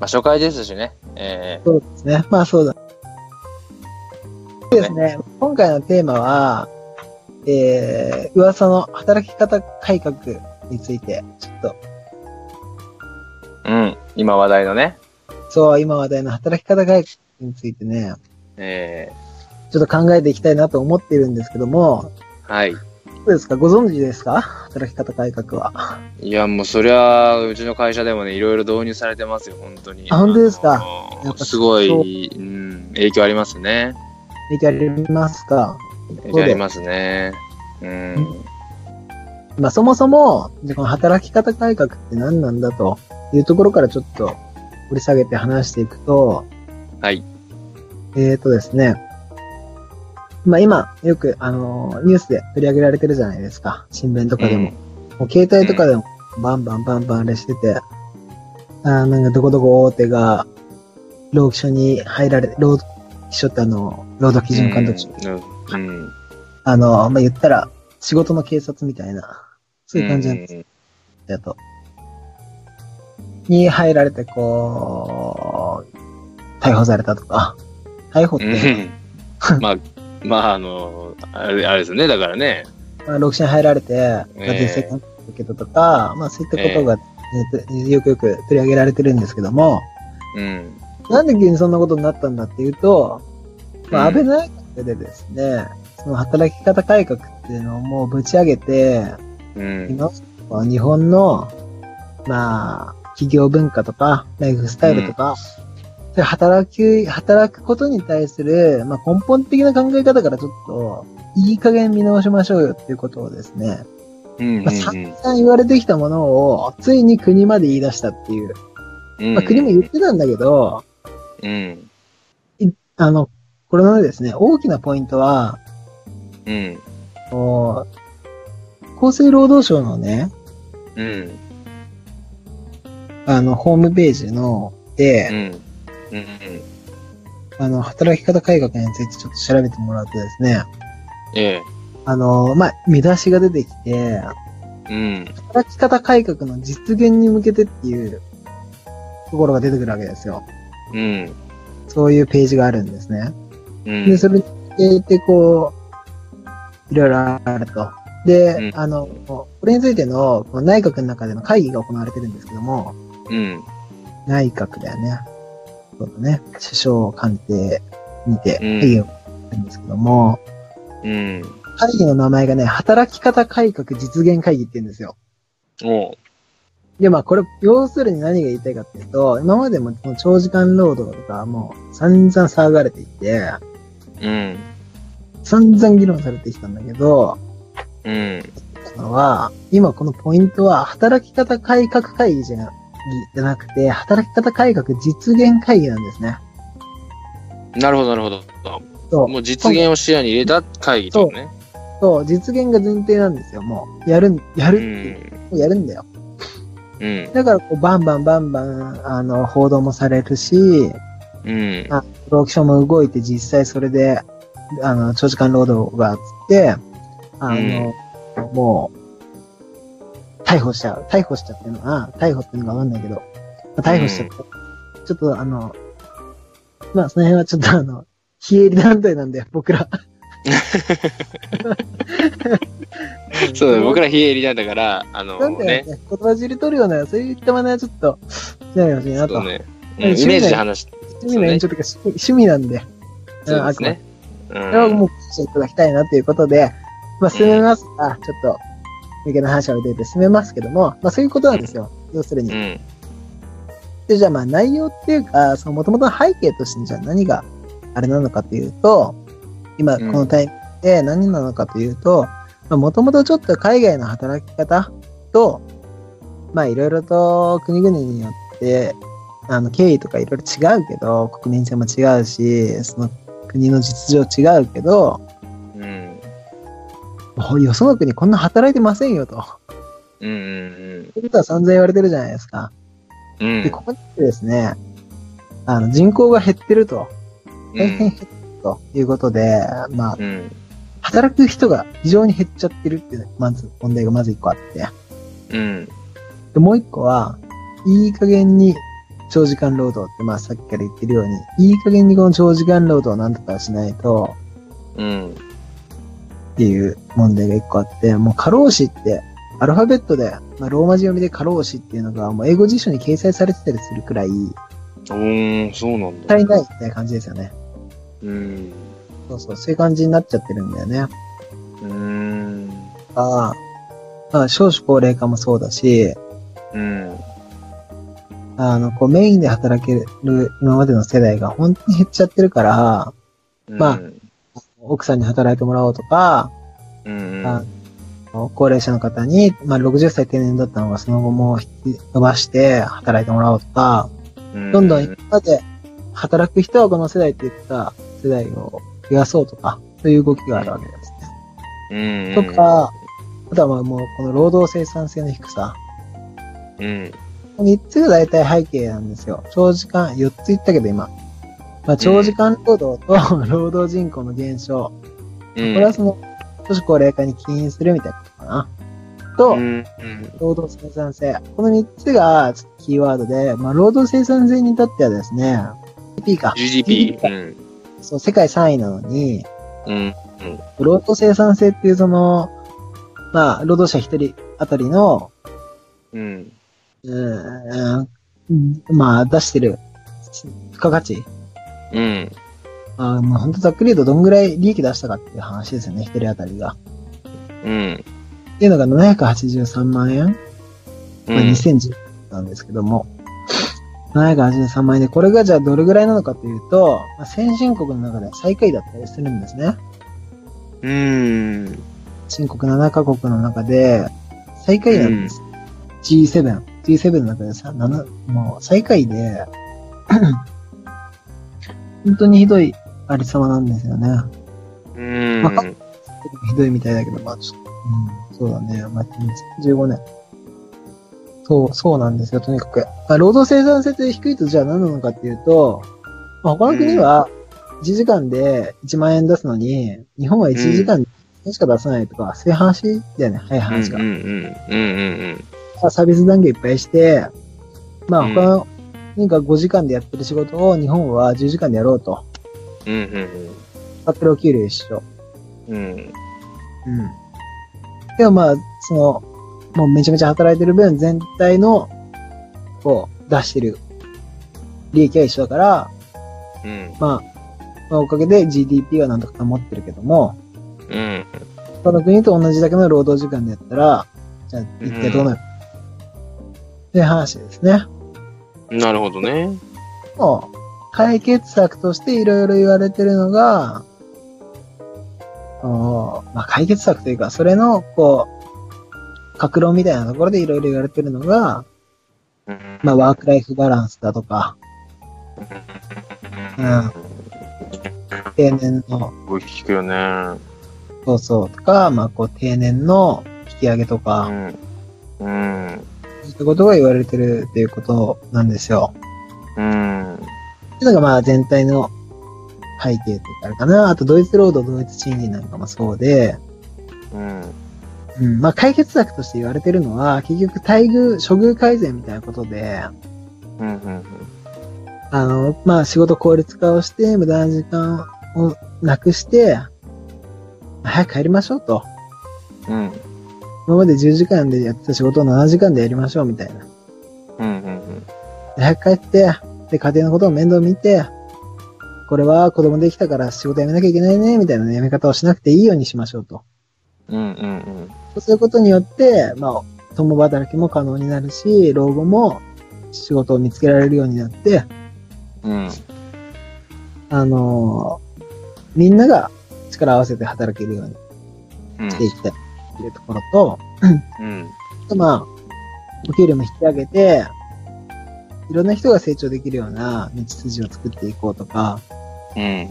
初回ですしね。え
そうですね、まあそうだ。そうですね、今回のテーマは、えー、噂の働き方改革について、ちょっと、
えうん。今話題のね。
そう、今話題の働き方改革についてね、
え
ちょっと考えていきたいなと思っているんですけども、
えはい。
どうですかご存知ですか働き方改革は。
いや、もうそりゃ、うちの会社でもね、いろいろ導入されてますよ、本当に。
あ本当ですか
あの
やっぱ
すご
そう
い、うん、影響ありますね。
影響ありますか
影響ありますね。うん。
まあそもそも、じゃあこの働き方改革って何なんだというところからちょっと掘り下げて話していくと、
はい。
えーとですね、まあ今、よく、あのーニュースで取り上げられてるじゃないですか。新聞とかでも。もう携帯とかでもバンバンバンバンあれしてて、あーなんかどこどこ大手が、労基署に入られ、労基署ってあの、労働基準監督署、
うん。うん。
あの、まあ、言ったら仕事の警察みたいな、そういう感じなんです
うん
だと。に入られて、こう、逮捕されたとか、逮捕っ
う
て、
ん。まあ、まあ、あの、あれあれですね、だからね。
まあ、6社に入られて、
え
まあ、実際監督受けたとか、まあそういったことが、えーとよくよく取り上げられてるんですけども、
うん。
なんで急にそんなことになったんだっていうと、まあ、
うん
安倍内閣でですね、その働き方改革っていうのをもうぶち上げて、
うん。
今まあ日本の、まあ、企業文化とか、ライフスタイルとか、そういう働き、働くことに対する、まあ、根本的な考え方からちょっと、いい加減見直しましょうよっていうことをですね、
うん。
まあ、散々言われてきたものを、ついに国まで言い出したっていう。
うん
まあ、国も言ってたんだけど、
うん。
あの、これのですね、大きなポイントは、
うん。
こう厚生労働省のね、
うん。
あの、ホームページの、で、
うん。うん。
あの、働き方改革についてちょっと調べてもらうとですね、
ええ。
あの、まあ、見出しが出てきて、
うん。
働き方改革の実現に向けてっていうところが出てくるわけですよ。
うん。
そういうページがあるんですね。
うん。
で、それに向けてこう、いろいろあると。で、
うん
あの、これについてのこう内閣の中での会議が行われてるんですけども、
うん。
内閣だよね。そうだね。首相官邸にて
うん
会議をやってるんですけども、
うん。
会議の名前がね、働き方改革実現会議って言うんですよ。
おう。
で、まあこれ、要するに何が言いたいかっていうと、今までもその長時間労働とかもう散々騒がれていて、
うん。
散々議論されてきたんだけど、
うん。
のは、今このポイントは、働き方改革会議じゃなじゃなくて、働き方改革実現会議なんですね。
なるほど、なるほど。
そう
もう実現を視野に入れた会議とかね。
そう、実現が前提なんですよ、もう。やるん、や
う
るっていう、
ん。
もうやるんだよ。
うん。
だからこう、バンバンバンバン、あの、報道もされるし、
うん。
労基署も動いて実際それで、あの、長時間労働があって、あの、もう、逮捕しちゃう。逮捕しちゃってるのかな逮捕っていうのかわかんないけど、逮捕しちゃって、ちょっとあの、まあ、その辺はちょっとあの、非営利団体なんで、僕ら。
そうだね、僕ら非営利なんだから、あの
なんだよね
ね、、
言葉尻取るような、そういった真似はちょっと、しないでほしいなと。
そう
趣
ね、うんイメージで話して、
味の延長というか、趣味趣味なんで、
そうですね。う
それはも
ん
う、していただきたいなということで、まあ、進めますが、ちょっと、抜けの話は出て進めますけども、まあ、そういうことなんですよ。要する
う
に。
ん。
で、じゃあ、まあ、内容っていうか、その、もともとの背景として、じゃあ何があれなのかというと、今、こ
うん
のタイミングで何なのかというと、もともとちょっと海外の働き方と、まあ、いろいろと国々によって、あの、経緯とかいろいろ違うけど、国民性も違うし、その国の実情違うけど、
うん。
もうよその国こんな働いてませんよと。
うん。うん
ということは散々言われてるじゃないですか。
うん。うん
で、ここに来てですね、あの人口が減ってると、
う
大変減
ん
ってるということで、まあ、
うん。
働く人が非常に減っちゃってるっていう、まず問題がまず一個あって。
うん。
で、もう一個は、いい加減に長時間労働って、まあさっきから言ってるように、いい加減にこの長時間労働をなんとかしないと
うん。
っていう問題が一個あって、もう過労死って、アルファベットで、まあ、ローマ字読みで過労死っていうのが、もう英語辞書に掲載されてたりするくらい、
おー、そうなんだ。
足りないみたいな感じですよね。
うん。
そうそう、そういう感じになっちゃってるんだよね。
うん。
ああ、まあ、少子高齢化もそうだし、
うん。
あの、こうメインで働ける今までの世代が本当に減っちゃってるから、まあ奥さんに働いてもらおうとか、
うん。
あ高齢者の方に、まあ、60歳定年だったのがその後も引き伸ばして働いてもらおうとか、
うん。
どんどん今まで働く人はこの世代って言ってた世代を増やそうとか、そういう動きがあるわけですね。
うん。
とか、あとはまあもうこの労働生産性の低さ。
うん。
3つが大体背景なんですよ。長時間、4つ言ったけど今。まあ、長時間労働と 労働人口の減少。こ
うん。
れはその、少子高齢化に起因するみたいなことかな。と
う、ん。
労働生産性。この3つがちょっとキーワードで、まあ、労働生産性に至ってはですね、GDP か。
GDP。うん。
そう、世界3位なのに、
うん。
労働生産性っていうその、まあ、労働者1人あたりの
うん。
うーん、まあ、出してる、付加価値。
うん。
あーまあ、本当ざっくり言うとどんぐらい利益出したかっていう話ですよね、一人当たりが。
うん。
っていうのが783万円、
う
まあ、
ん。
2010なんですけども。783万円で、これがじゃあどれぐらいなのかというと、まあ、先進国の中で最下位だったりするんですね。
うん。
新国7カ国の中で最下位なんです。G7。G7 の中でさ、7、もう最下位で、本当にひどいありさまなんですよね。
うん。
ひどいみたいだけど、まあちょっと、うん、そうだね。まあ、15年。そう、そうなんですよ、とにかく。まあ、労働生産性って低いとじゃあ何なのかっていうと、まあ、他の国は1時間で1万円出すのに、日本は1時間でしか出さないとか、そういう話だよね、早い話が。
うんうんうんうん
まあサービス残業いっぱいして、まあ
うん
他の国が5時間でやってる仕事を日本は10時間でやろうと。
うんうん
使ってるお給料一緒。
うんうん
うん。でもまあ、その、もうめちゃめちゃ働いてる分、全体の、こう、出してる利益は一緒だから、
うん
まあ、まあ、おかげで GDP はなんとか保ってるけども、
うん
他の国と同じだけの労働時間でやったら、じゃあ一体どうなる、っていう話ですね。
うんなるほどね
もう、解決策としていろいろ言われてるのが、おまあ、解決策というか、それの、こう、格論みたいなところでいろいろ言われてるのが、
うん
まあ、ワークライフバランスだとか、うん。定年の、
よく聞くよね。
そうそうとか、まあ、こう、定年の引き上げとか、
うん。うん。
そういったことが言われてるっていうことなんですよ。
うん。
っていうのがまあ全体の背景っていうかあれかな。あとドイツ労働、ドイツ賃金なんかもそうで、
うん。
うん、まあ解決策として言われてるのは、結局待遇、処遇改善みたいなことで、
うん。うん。
あの、まあ仕事効率化をして、無駄な時間をなくして、早く帰りましょうと。
うん。
今まで10時間でやってた仕事を7時間でやりましょうみたいな。
うん。うん。
で早く帰って、で、家庭のことを面倒見て、これは子供できたから仕事辞めなきゃいけないね、みたいな辞め方をしなくていいようにしましょうと。
うん。うん。
そうすることによって、まあ、共働きも可能になるし、老後も仕事を見つけられるようになって、
うん。
あのーみんなが力を合わせて働けるように
うん。
していきたいっていうところと、
うん。
あとまあ、お給料も引き上げて、いろんな人が成長できるような道筋を作っていこうとか、
うん。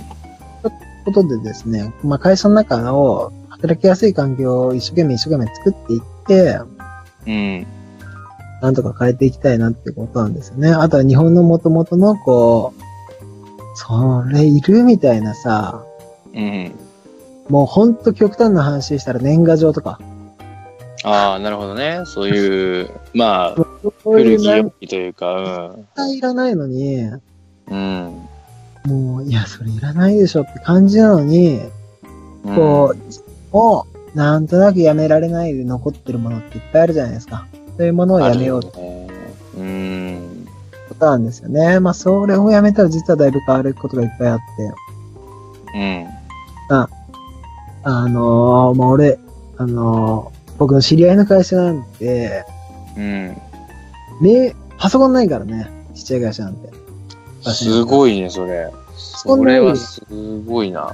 ことでですね、まあ会社の中を働きやすい環境を一生懸命一生懸命作っていって、
うん。
なんとか変えていきたいなってことなんですよね。あとは日本の元々のこう、それいるみたいなさ、
うん。
もうほんと極端な話したら年賀状とか、
ああ、なるほどね。そういう、まあ、
そうい
古
う
き
な
良
ん
きというか、
かいらないのに、
うん。うん。
もういや、それいらないでしょって感じなのに、
うん
こう、をなんとなくやめられないで残ってるものっていっぱいあるじゃないですか。そういうものをやめようって
あるねうん。
ことなんですよね。まあ、それをやめたら実はだいぶ変わることがいっぱいあって。
うん。
あのー、もう俺、あのー、僕の知り合いの会社なんて、
うん。
ね、パソコンないからね、ちっちゃい会社なんて。
すごいね、それ。
こん
そ
な
れはすごいな。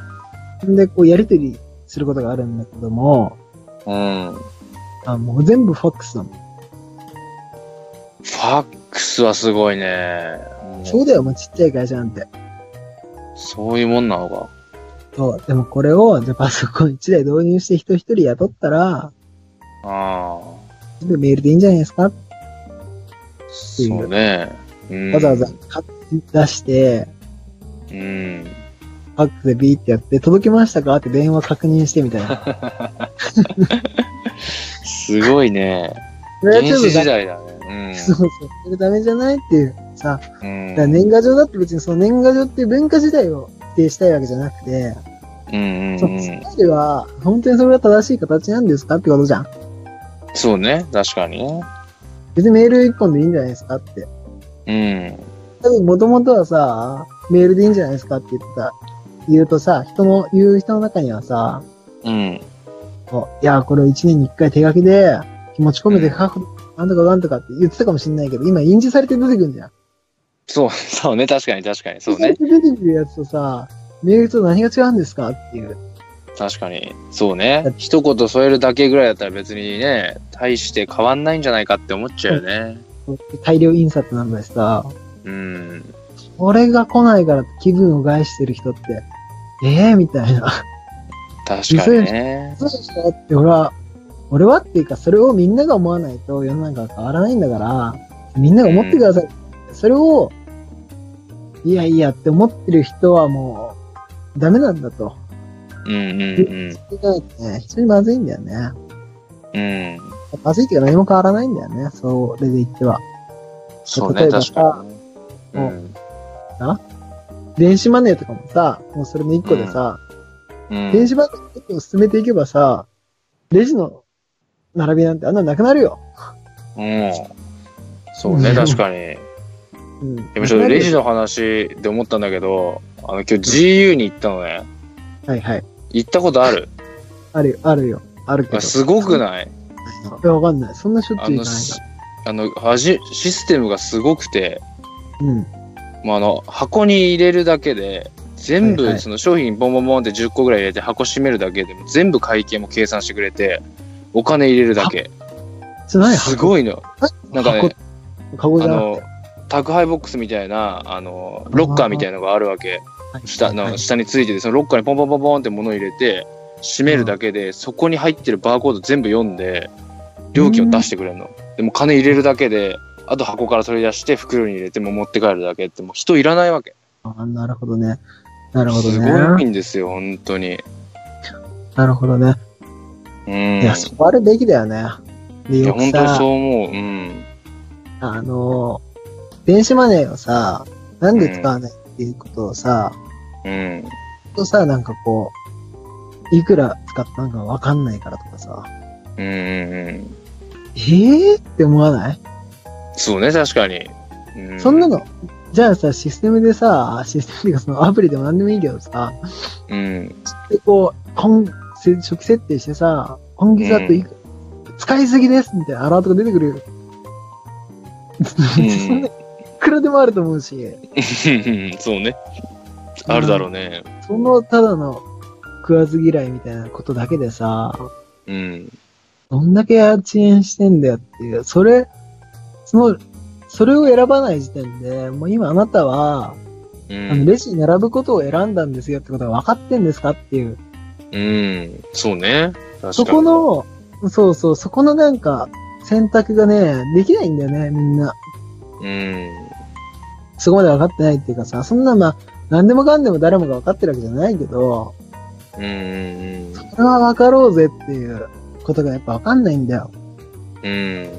で、こう、やりとりすることがあるんだけども、
うん。
あもう全部ファックスだもん。
ファックスはすごいね。うん
そうだよ、もうちっちゃい会社なんて。
そういうもんなのか。
そう。でもこれを、じゃあパソコン1台導入して人一人雇ったら、
あ
全部メールでいいんじゃないですか
あ。そうね。うん
わざわざ。買って出して、
うん。
ファックスでビーってやって、届きましたかって電話確認してみたい な。
すごいね。
それはち
原
ょっと
始
だ
時代だ
そう
ね。
そう。それダメじゃないっていうさ、
うん。
だから年賀状だって別にその年賀状っていう文化自体を否定したいわけじゃなくて、
うんうん
そ
うん
のスタイルは本当にそれが正しい形なんですかってことじゃん。
そうね。確かに
別にメール一本でいいんじゃないですかって。
ね。
多分もともとはさ、メールでいいんじゃないですかって言ってた、言うとさ、人の、言う人の中にはさ、
うん。うん。
こういや、これを1年に1回手書きで気持ち込めて書く、なんとかなんとかって言ってたかもしれないけど、今印字されて出てくるんじゃん。
そう、そうね。確かに確かに。そう
印
ね
字。されて出てくるやつとさ、メールと何が違うんですかっていう。
確かに。そうね。一言添えるだけぐらいだったら別にね、大して変わんないんじゃないかって思っちゃうよね。
大量印刷なんだしさ、
うん。
これが来ないから気分を害してる人って、ええみたいな。
確かにね。
そうでしょって、俺は、俺はっていうか、それをみんなが思わないと世の中は変わらないんだから、みんなが思ってください。それを、いやいやって思ってる人はもう、ダメなんだと。
うんうん
それがね、非常にまずいんだよね。
うん。うん。
まずいけど何も変わらないんだよね。それで言っては。
そうね。
例えばさ
確かにね。うん。
電子マネーとかもさ、もうそれの一個でさ、
うん
電子版を進めていけばさ、レジの並びなんてあんなのなくなるよ。
うん。そうね、確かに。
うん。
でもちょっとレジ
の。
の話で思ったんだけど、あの、今日 GU に行ったのね。
はいはい。
行ったことある
あるよ、あるよ。あるけど。
あすごくない
いや、わかんない。そんなしょっ
あ
ちゅう行
の、
かないか
すあの、はじ、システムがすごくて、
ら。うん。
まあ、あの、箱に入れるだけで、全
はいは
部
い
その商品ボンボンボンって10個ぐらい入れて箱閉めるだけでも全部会計も計算してくれてお金入れるだけ
それ何
すごいのなんかね
箱カゴじ
あ
ゃなく
の宅配ボックスみたいなあのロッカーみたいのがあるわけ
て
下
はい
の下についててそのロッカーにポンポンポンポンって物入れて閉めるだけでそこに入ってるバーコード全部読んで料金を出してくれるのでも金入れるだけであと箱から取り出して袋に入れてもう持って帰るだけってもう人いらないわけ
あなるほどね。なるほど
すごい
ね。
んですよ本当に
なるほどね。
うん
いや、そうあるべきだよね。で、
いや
よく
本当
さ
そう、思ううん
あの、電子マネーをさ、なんで使わないっていうことをさ、
うん
ほんとさ、なんかこう、いくら使ったのかわかんないからとかさ、
うんうんうん
えーって思わない
そうね確かに、うん、
そんなの、じゃあさ、システムでさ、システムっていうかそのアプリでも何でもいいけどさ、
うん
でこう、今、せ初期設定してさ、今月だといく、使いすぎですみたいなアラートが出てくるよ。 そんないくらでもあると思うし、
そうねあるだろうね
そのただの食わず嫌いみたいなことだけでさ、
うん
どんだけ遅延してんだよっていう、それ、その、それを選ばない時点で、もう今あなたは、
う
あの
ん、
レジに並ぶことを選んだんですよってことが分かってんですかっていう、
うん、そうね確かに
そこの、そうそう、そこのなんか、選択がね、できないんだよね、みんな。
うん
そこまで分かってないっていうかさ、そんなまあ、何でもかんでも誰もが分かってるわけじゃないけど、
うんうん
これは分かろうぜっていうことがやっぱ分かんないんだよ。
うんうん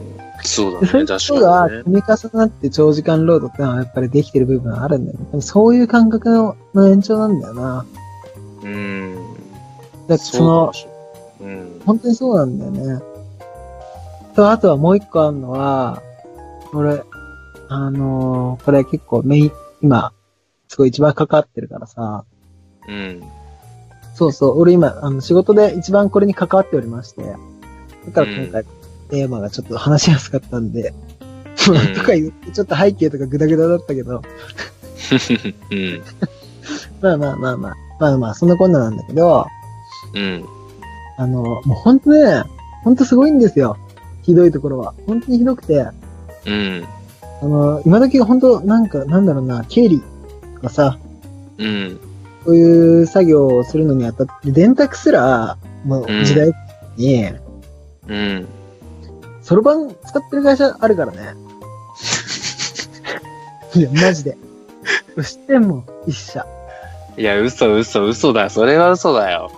そうだ
で
ね
そういうこと
確か
が
にね
積み重なって長時間労働ってのはやっぱりできてる部分はあるんだよね。でもそういう感覚のの延長なんだよな。
うん
だってその、
そうかもしれないうん
本当にそうなんだよね。と、あとはもう一個あるのは、俺、あのーこれ結構メイン、今、すごい一番かかってるからさ、
うん
そうそう、俺今、あの、仕事で一番これに関わっておりまして、だから今回、テーマがちょっと話しやすかったんで、
ん
とか言って、ちょっと背景とかグダグダだったけど、
うん
まあまあまあまあ、まあまあ、そんなこんななんだけど、
うん
あの、もうほんとね、ほんとすごいんですよ。ひどいところは。本当にひどくて、あ
うん
の、今時本当なんか、なんだろうな、経理とかさ、
うん
そういう作業をするのにあたって、電卓すら、も
うん
う時代に、
うん
そろばん使ってる会社あるからね。 いや、マジで。知ってんもん、一社。
いや、嘘嘘嘘だ。それは嘘だよ。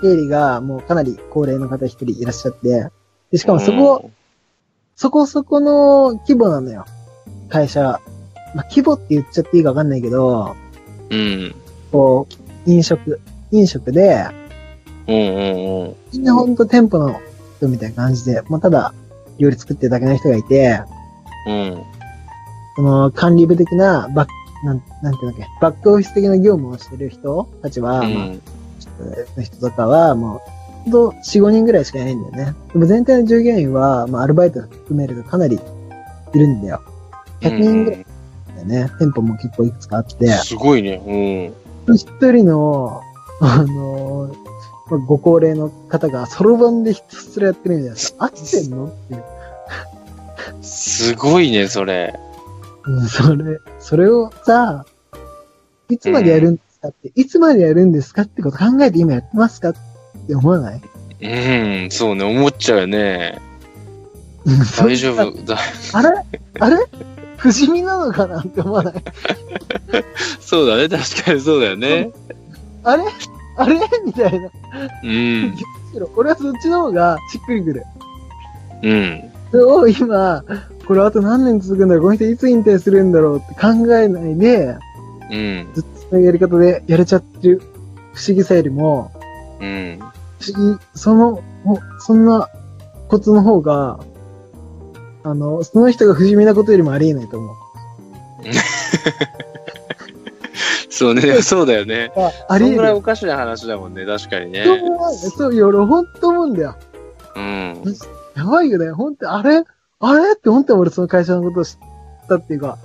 経理がもうかなり高齢の方一人いらっしゃって、でしかもそこ、そこそこの規模なのよ。会社は。まあ、規模って言っちゃっていいかわかんないけど、
うん。
こう、飲食、飲食で、
うんうんうん。
みんなほんと店舗の人みたいな感じで、まあ、ただ、料理作ってるだけの人がいて、
うん。
その、管理部的な、バック、なん、なんていうんだっけ、バックオフィス的な業務をしてる人たちは、
う
まあ
ん。
の人とかは、もう、ほんと4、5人ぐらいしかいないんだよね。でも全体の従業員は、まあ、アルバイト含めるとかなりいるんだよ。100人ぐらいだよね。店舗も結構いくつかあって。
すごいね。
一人の、あのーまあご高齢の方がそろばんでひたすらやってるみたいなさ、合ってんのっていう。
うん。すごいね、それ。
うんそれ、それをさ、いつまでやるんですかって、いつまでやるんですかってこと考えて今やってますかって思わない
うん、そうね、思っちゃうよね。大丈。
うん
夫 だ。
そんなあれあれ不死身なのかなって思わない
そうだね、確かにそうだよね。
あれあれみたいな。
うん。
俺はそっちの方がしっくりくる。
うん。
それを今、これあと何年続くんだろう、この人いつ引退するんだろうって考えないで、
うん。
ずっとそのやり方でやれちゃってる不思議さよりも、
うん。
不思議、その、ほそんなコツの方が、あの、その人が不死身なことよりもありえないと思う。
そうね、そうだよね。
ああ
そ
り
ん
え
ぐらい
ない。
おかしな話だもんね、確かにね。
そう思わないそう、いや、俺ほんと思うんだよ。
うん。
やばいよね。ほんと、あれあれって本当に俺その会社のことを知ったっていうか、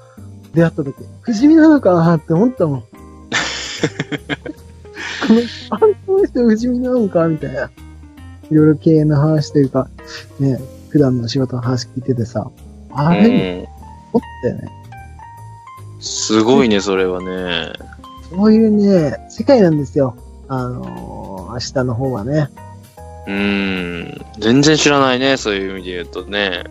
出会った時、不死身なのかなって思ったもん。この、あんこの人不死身なのかみたいな。いろいろ経営の話というか、ね、普段の仕事の話聞いててさ、あれ、
うん
思ったよね。
すごいね、それはね。
そういうね、世界なんですよ。あのー明日の方はね。
うん。全然知らないね、そういう意味で言うとね。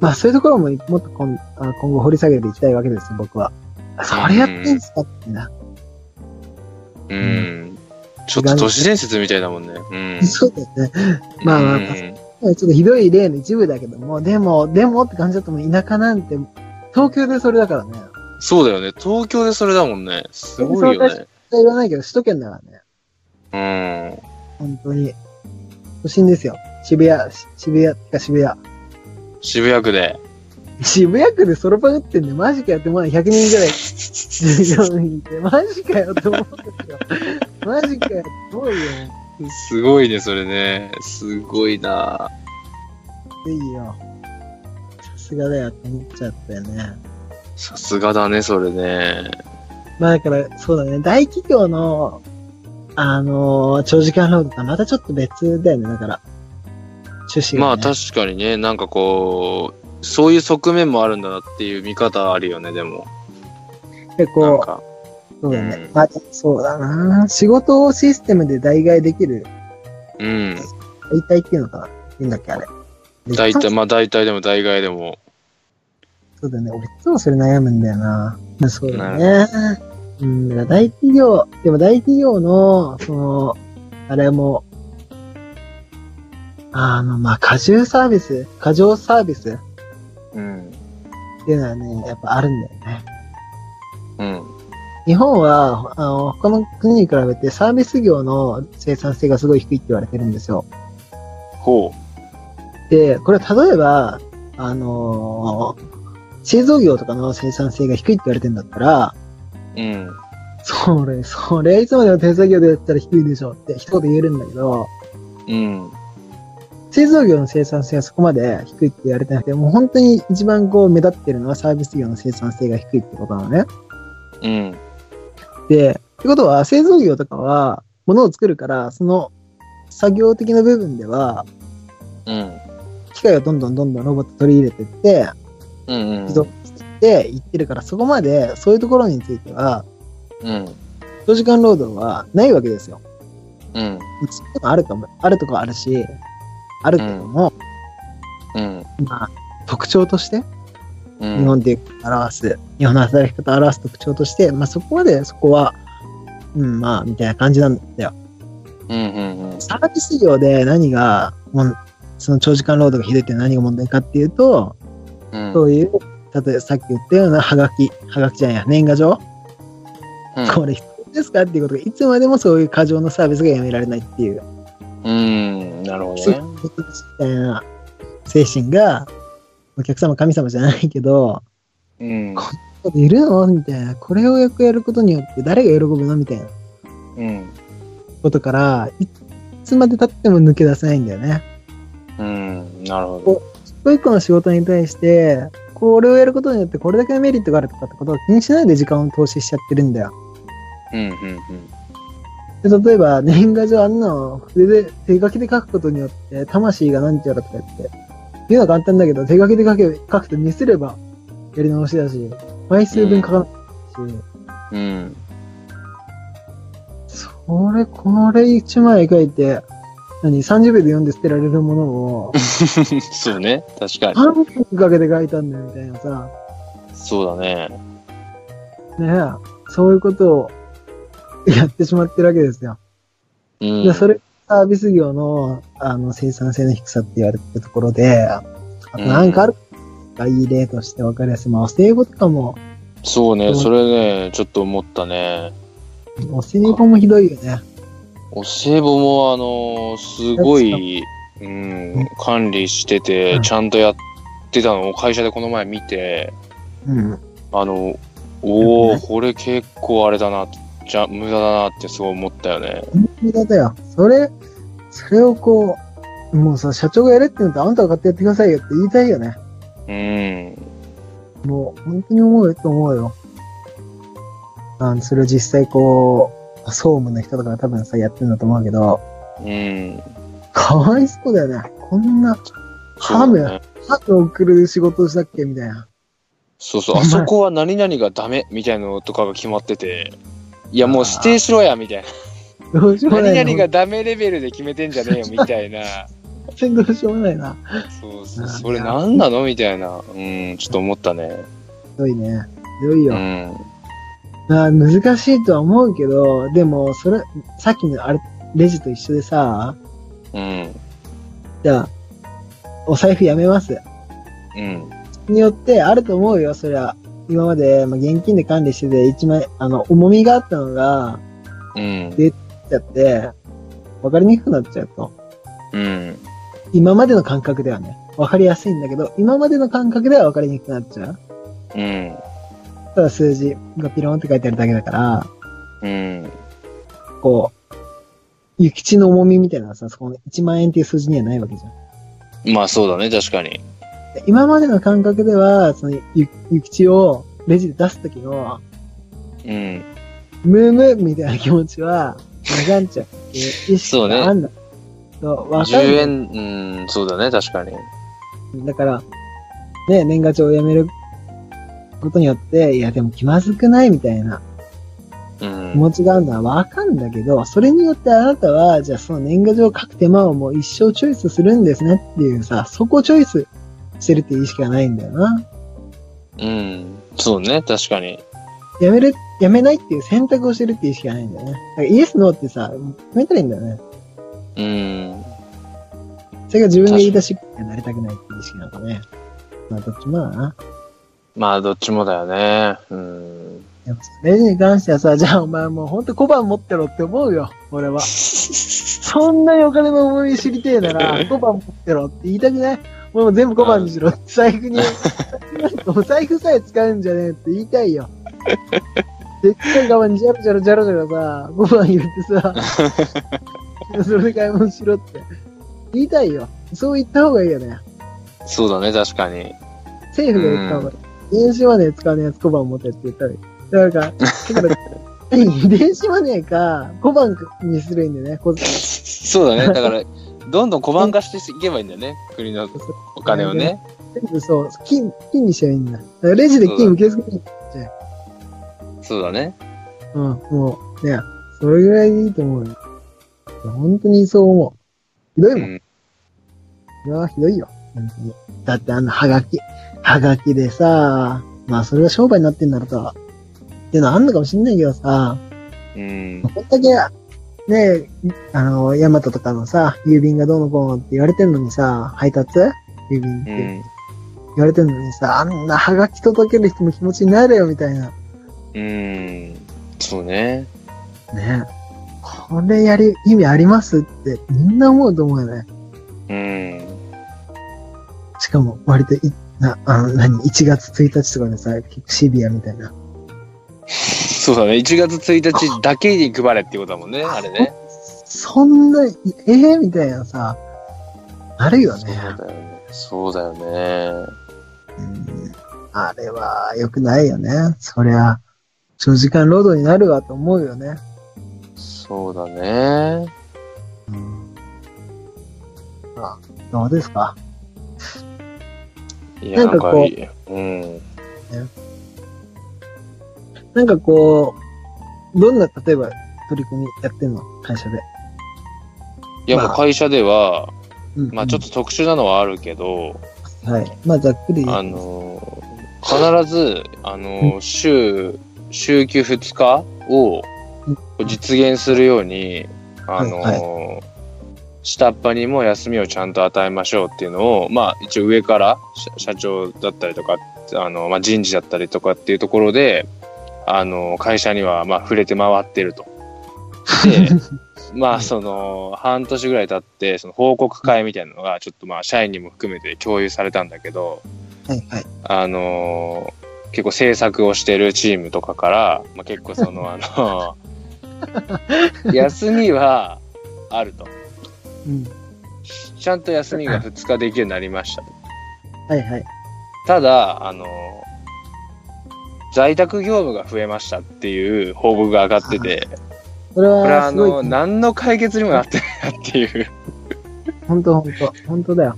まあそういうところももっと今あ今後掘り下げていきたいわけですよ、僕は。あそれやってんすかってな。
うん。ちょっと都市伝説みたいだもんね。うん。
そうだよね。まあまあまあ
うん
ちょっとひどい例の一部だけども、でも、でもって感じだともう田舎なんて、東京でそれだからね。
そうだよね。東京でそれだもんね。すごいよね。
言わないけど、首都圏だからね。
うん。
本当に。都心ですよ。渋谷、し渋谷てか渋谷。
渋谷区で。
渋谷区でソロパグってんで、マジかよって、まだ100人ぐ らい従業員いて、マジかよって思うんですよ。マジかよって思うよ。
すごいね、それね。すごいな。
いいよ。さすがだよって思っちゃったよね。
さすがだね、それね。
まあだから、そうだね。大企業の、あのー長時間労働とはまたちょっと別だよね。だから、趣旨
ま
が、
あ
ね。
確かにね、なんかこう、そういう側面もあるんだなっていう見方あるよね、でも。
結
なん
構、
か。
そうだね
う。ん
まあ、そうだな。仕事をシステムで代替できる、
うん。
代替っていうのかな。いいんだっけ、あれ。
大体、
い
まあ大体でも大概でも。
そうだね。俺いつもそれ悩むんだよな。そうだね。うん、だから大企業、でも大企業の、その、あれも、あの、まあ、過重サービス、過剰サービスっ
うん。
ていうのはね、やっぱあるんだよね。
うん。
日本は、あの、他の国に比べてサービス業の生産性がすごい低いって言われてるんですよ。
ほ
で、これ例えば、あの製造業とかの生産性が低いって言われてんだったら、
う。うん。
それ、それ、いつまでも手作業でやったら低いでしょって一言言えるんだけど、
うん。
製造業の生産性はそこまで低いって言われてなくて、もう本当に一番こう目立ってるのはサービス業の生産性が低いってことなのね。
うん。
で、ってことは製造業とかは物を作るから、その作業的な部分では、
うん。
機械をどんどんどんどんロボット取り入れてって、
うん。うん
自動化してって言ってるから、そこまでそういうところについては、
うん。
長時間労働はないわけですよ。
う
そ
ん。
ういうのあると思う。あるとこはあるし、あるけども、
うん。
まあ、特徴として、
う
日
ん。
本で表す、日本の働き方を表す特徴として、まあそこまでそこは、うん、まあ、みたいな感じなんだよ。
うん。うん。
サービス業で何が、もうその長時間労働がひどいって何が問題かっていうと、
うん。
そういう、例えばさっき言ったようなハガキ、ハガキじゃんや、年賀状、これ必要ですかっていうことが、いつまでもそういう過剰なサービスがやめられないっていう、
うん。なるほどね。
みたいな精神が、お客様神様じゃないけど、
うん。
これいるのみたいな、これをよくやることによって誰が喜ぶのみたいな
うん。
ことから、いつまで経っても抜け出せないんだよね。
うん。なるほど。
一個一個の仕事に対して、これをやることによってこれだけのメリットがあるとかってことを気にしないで時間を投資しちゃってるんだよ。
うん。うん。
で例えば、年賀状あんなの筆で手書きで書くことによって、魂がなんちゃらとか言って、言うのは簡単だけど、手書きで書け書くとミスればやり直しだし、枚数分書かなきゃいけないし、
うん。うん。
それ、これ1枚書いて、何、30秒で読んで捨てられるものを、
そうね。確かに。
半分かけて書いたんだよみたいなさ、
そうだね。
ねえそういうことをやってしまってるわけですよ。
うん。
で、それ、サービス業のあの生産性の低さって言われてるところで、あとなんかあるか、いい例として分かりやすい。まあ、教え子とかも、
そう
う
ね、
ん
それね、ちょっと思ったね。
教え子もひどいよね。
お歳暮も、あのーすごい、うん、管理してて
う、ん
ちゃんとやってたのを会社でこの前見て、
うん。
あの、お
よ
お、これ結構あれだな、じゃ、無駄だなってすごい思ったよね。
無駄だよ。それ、それをこう、もうさ、社長がやれって言うんだったらあんたが買ってやってくださいよって言いたいよね。
うん。
もう、本当に思うと思うよ。あのそれを実際こう、総務の人とかが多分さ、やってるんだと思うけど、
うん。
かわいそうだよね。こんな、ハ
そう
ム、
だね
ハム送る仕事をしたっけみたいな。
そうそう、あそこは何々がダメみたいなのとかが決まってて、いやもう指定しろやみたい
どうしようもな
な。
いな。
何々がダメレベルで決めてんじゃねえよみたいな。
本当にどうしようもないな。
そうそう、それ何なのみたいな。うん、ちょっと思ったね。
ひどいね。ひどいうよ。
ん。
まあ難しいとは思うけど、でも、それ、さっきのあれ、レジと一緒でさ、
うん。
じゃあ、お財布やめます。
うん。
によってあると思うよ、そりゃ。今まで、まあ、現金で管理してて、一枚、あの、重みがあったのが、
うん。
ちゃって、わかりにくくなっちゃうと。
うん。
今までの感覚ではね、わかりやすいんだけど、今までの感覚ではわかりにくくなっちゃう。
うん。
ただ数字がピローンって書いてあるだけだから、
うん。
こう、諭吉の重みみたいなのはさ、そこの1万円っていう数字にはないわけじゃん。
まあそうだね、確かに。
で今までの感覚では、その諭諭吉をレジで出す時の、
うん。
ムームーみたいな気持ちは、無眼ちゃうっていう意識があんだ。そう、わか
10
る。
円、うん、そうだね、確かに。
だから、ね、年賀状をやめることによって、いや、でも気まずくないみたいな
うん。
気持ちがあるのはわかるんだけど、それによってあなたは、じゃあその年賀状を書く手間をもう一生チョイスするんですねっていうさ、そこをチョイスしてるっていう意識がないんだよな。
うん。そうね、確かに。
やめる、やめないっていう選択をしてるっていう意識がないんだよね。だからイエス、ノーってさ、決めたらいいんだよね。
うん。
それが自分で言い出しっぺになりたくないっていう意識なのかね。まあ、どっちもだな。
まあ、どっちもだよね。うん。
でもレジに関してはさ、じゃあお前もうほんと小判持ってろって思うよ、俺は。そんなにお金の重み知りてえなら、小判持ってろって言いたくないもう全部小判にしろ。財布に、お財布さえ使うんじゃねえって言いたいよ。でっかい側にジャロジャロジャロジャロさ、小判入れてさ、それで買い物しろって。言いたいよ。そう言った方がいいよね。
そうだね、確かに。
政府が言った方がいい。電子マネー使わねえやつ小判持てって言ったらいい。だから、だから、電子マネーか小判にするんだよね。小
そうだね、だから、どんどん小判化していけばいいんだよね、国のお金をね。
全部そう、金、金にしちゃいいんだ。だからレジで金受け付けない。
そうだね。
うん、もう、ね、それぐらいでいいと思うよ。本当にそう思う。ひどいもん。
うん
いや、ひどいよ。本当に。だってあの、はがき、はがきでさ、まあそれが商売になってんだろうとは、っていうのはあんのかもしんないけどさ、
うん。
こんだけ、ねあの、ヤマトとかのさ、郵便がどうのこうのって言われてんのにさ、配達郵便っ
う
て。
ん。
言われてんのにさ、あんなハガキ届ける人も気持ちになれよ、みたいな。
うん。そうね。
ねこれやり、意味ありますって、みんな思うと思うよね。
うん。
しかも、割とい、な、あの、何、1月1日とかでさ、結構シビアみたいな。
そうだね、1月1日だけに配れってことだもんね、あれね。
そんな、ええーみたいなさ、あるよ
そう
ね。
だよね。そうだよね。
うんあれは良くないよね。そりゃ、長時間労働になるわと思うよね。
そうだね。
うん、あどうですか
いや、
な
なんん
か
か
こう
いいうん。
なんかこう、どんな、例えば、取り組みやってんの会社で。
いや、
まあ
もう会社では、
うん
まあちょっと特殊なのはあるけど、
はい。まあ、ざっくり。
あのー、必ず、あのー、週、週休2日を
うん
実現するように、あの
はい
ー、下っ端にも休みをちゃんと与えましょうっていうのを、まあ一応上から、社社長だったりとか、あのー、まあ人事だったりとかっていうところで、あのー、会社には、まあ触れて回ってると。 で、ま
うん
あその半年ぐらい経ってその報告会みたいなのがちょっとまあ社員にも含めて共有されたんだけど
はいはい。
あのー結構制作をしてるチームとかから、まあ、結構そ のあのー休みはあると
うん。
ちゃんと休み が2日できるようになりましたと
はいはい。
ただあの在宅業務が増えましたっていう報告が上がってて、
それ
これは
は
あ
すごい
の、何の解決にもなってないなっていう。
本当本当本当だよ。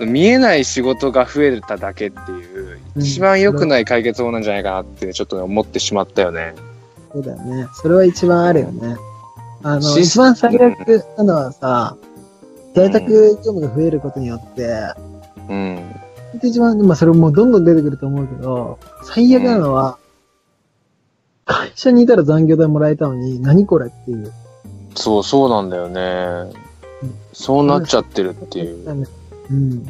見えない仕事が増えただけっていう、
うん
一番良くない解決法なんじゃないかなってちょっとね思ってしまったよね。
そうだよね。それは一番あるよね。あの、
シス
一番最悪なのはさ、在宅業務が増えることによって、
うん。
で一番、まあそれもどんどん出てくると思うけど、最悪なのは、会社にいたら残業代もらえたのに、何これっていう。
そう、そうなんだよね
うん。
そうなっちゃってるっていう。
うん。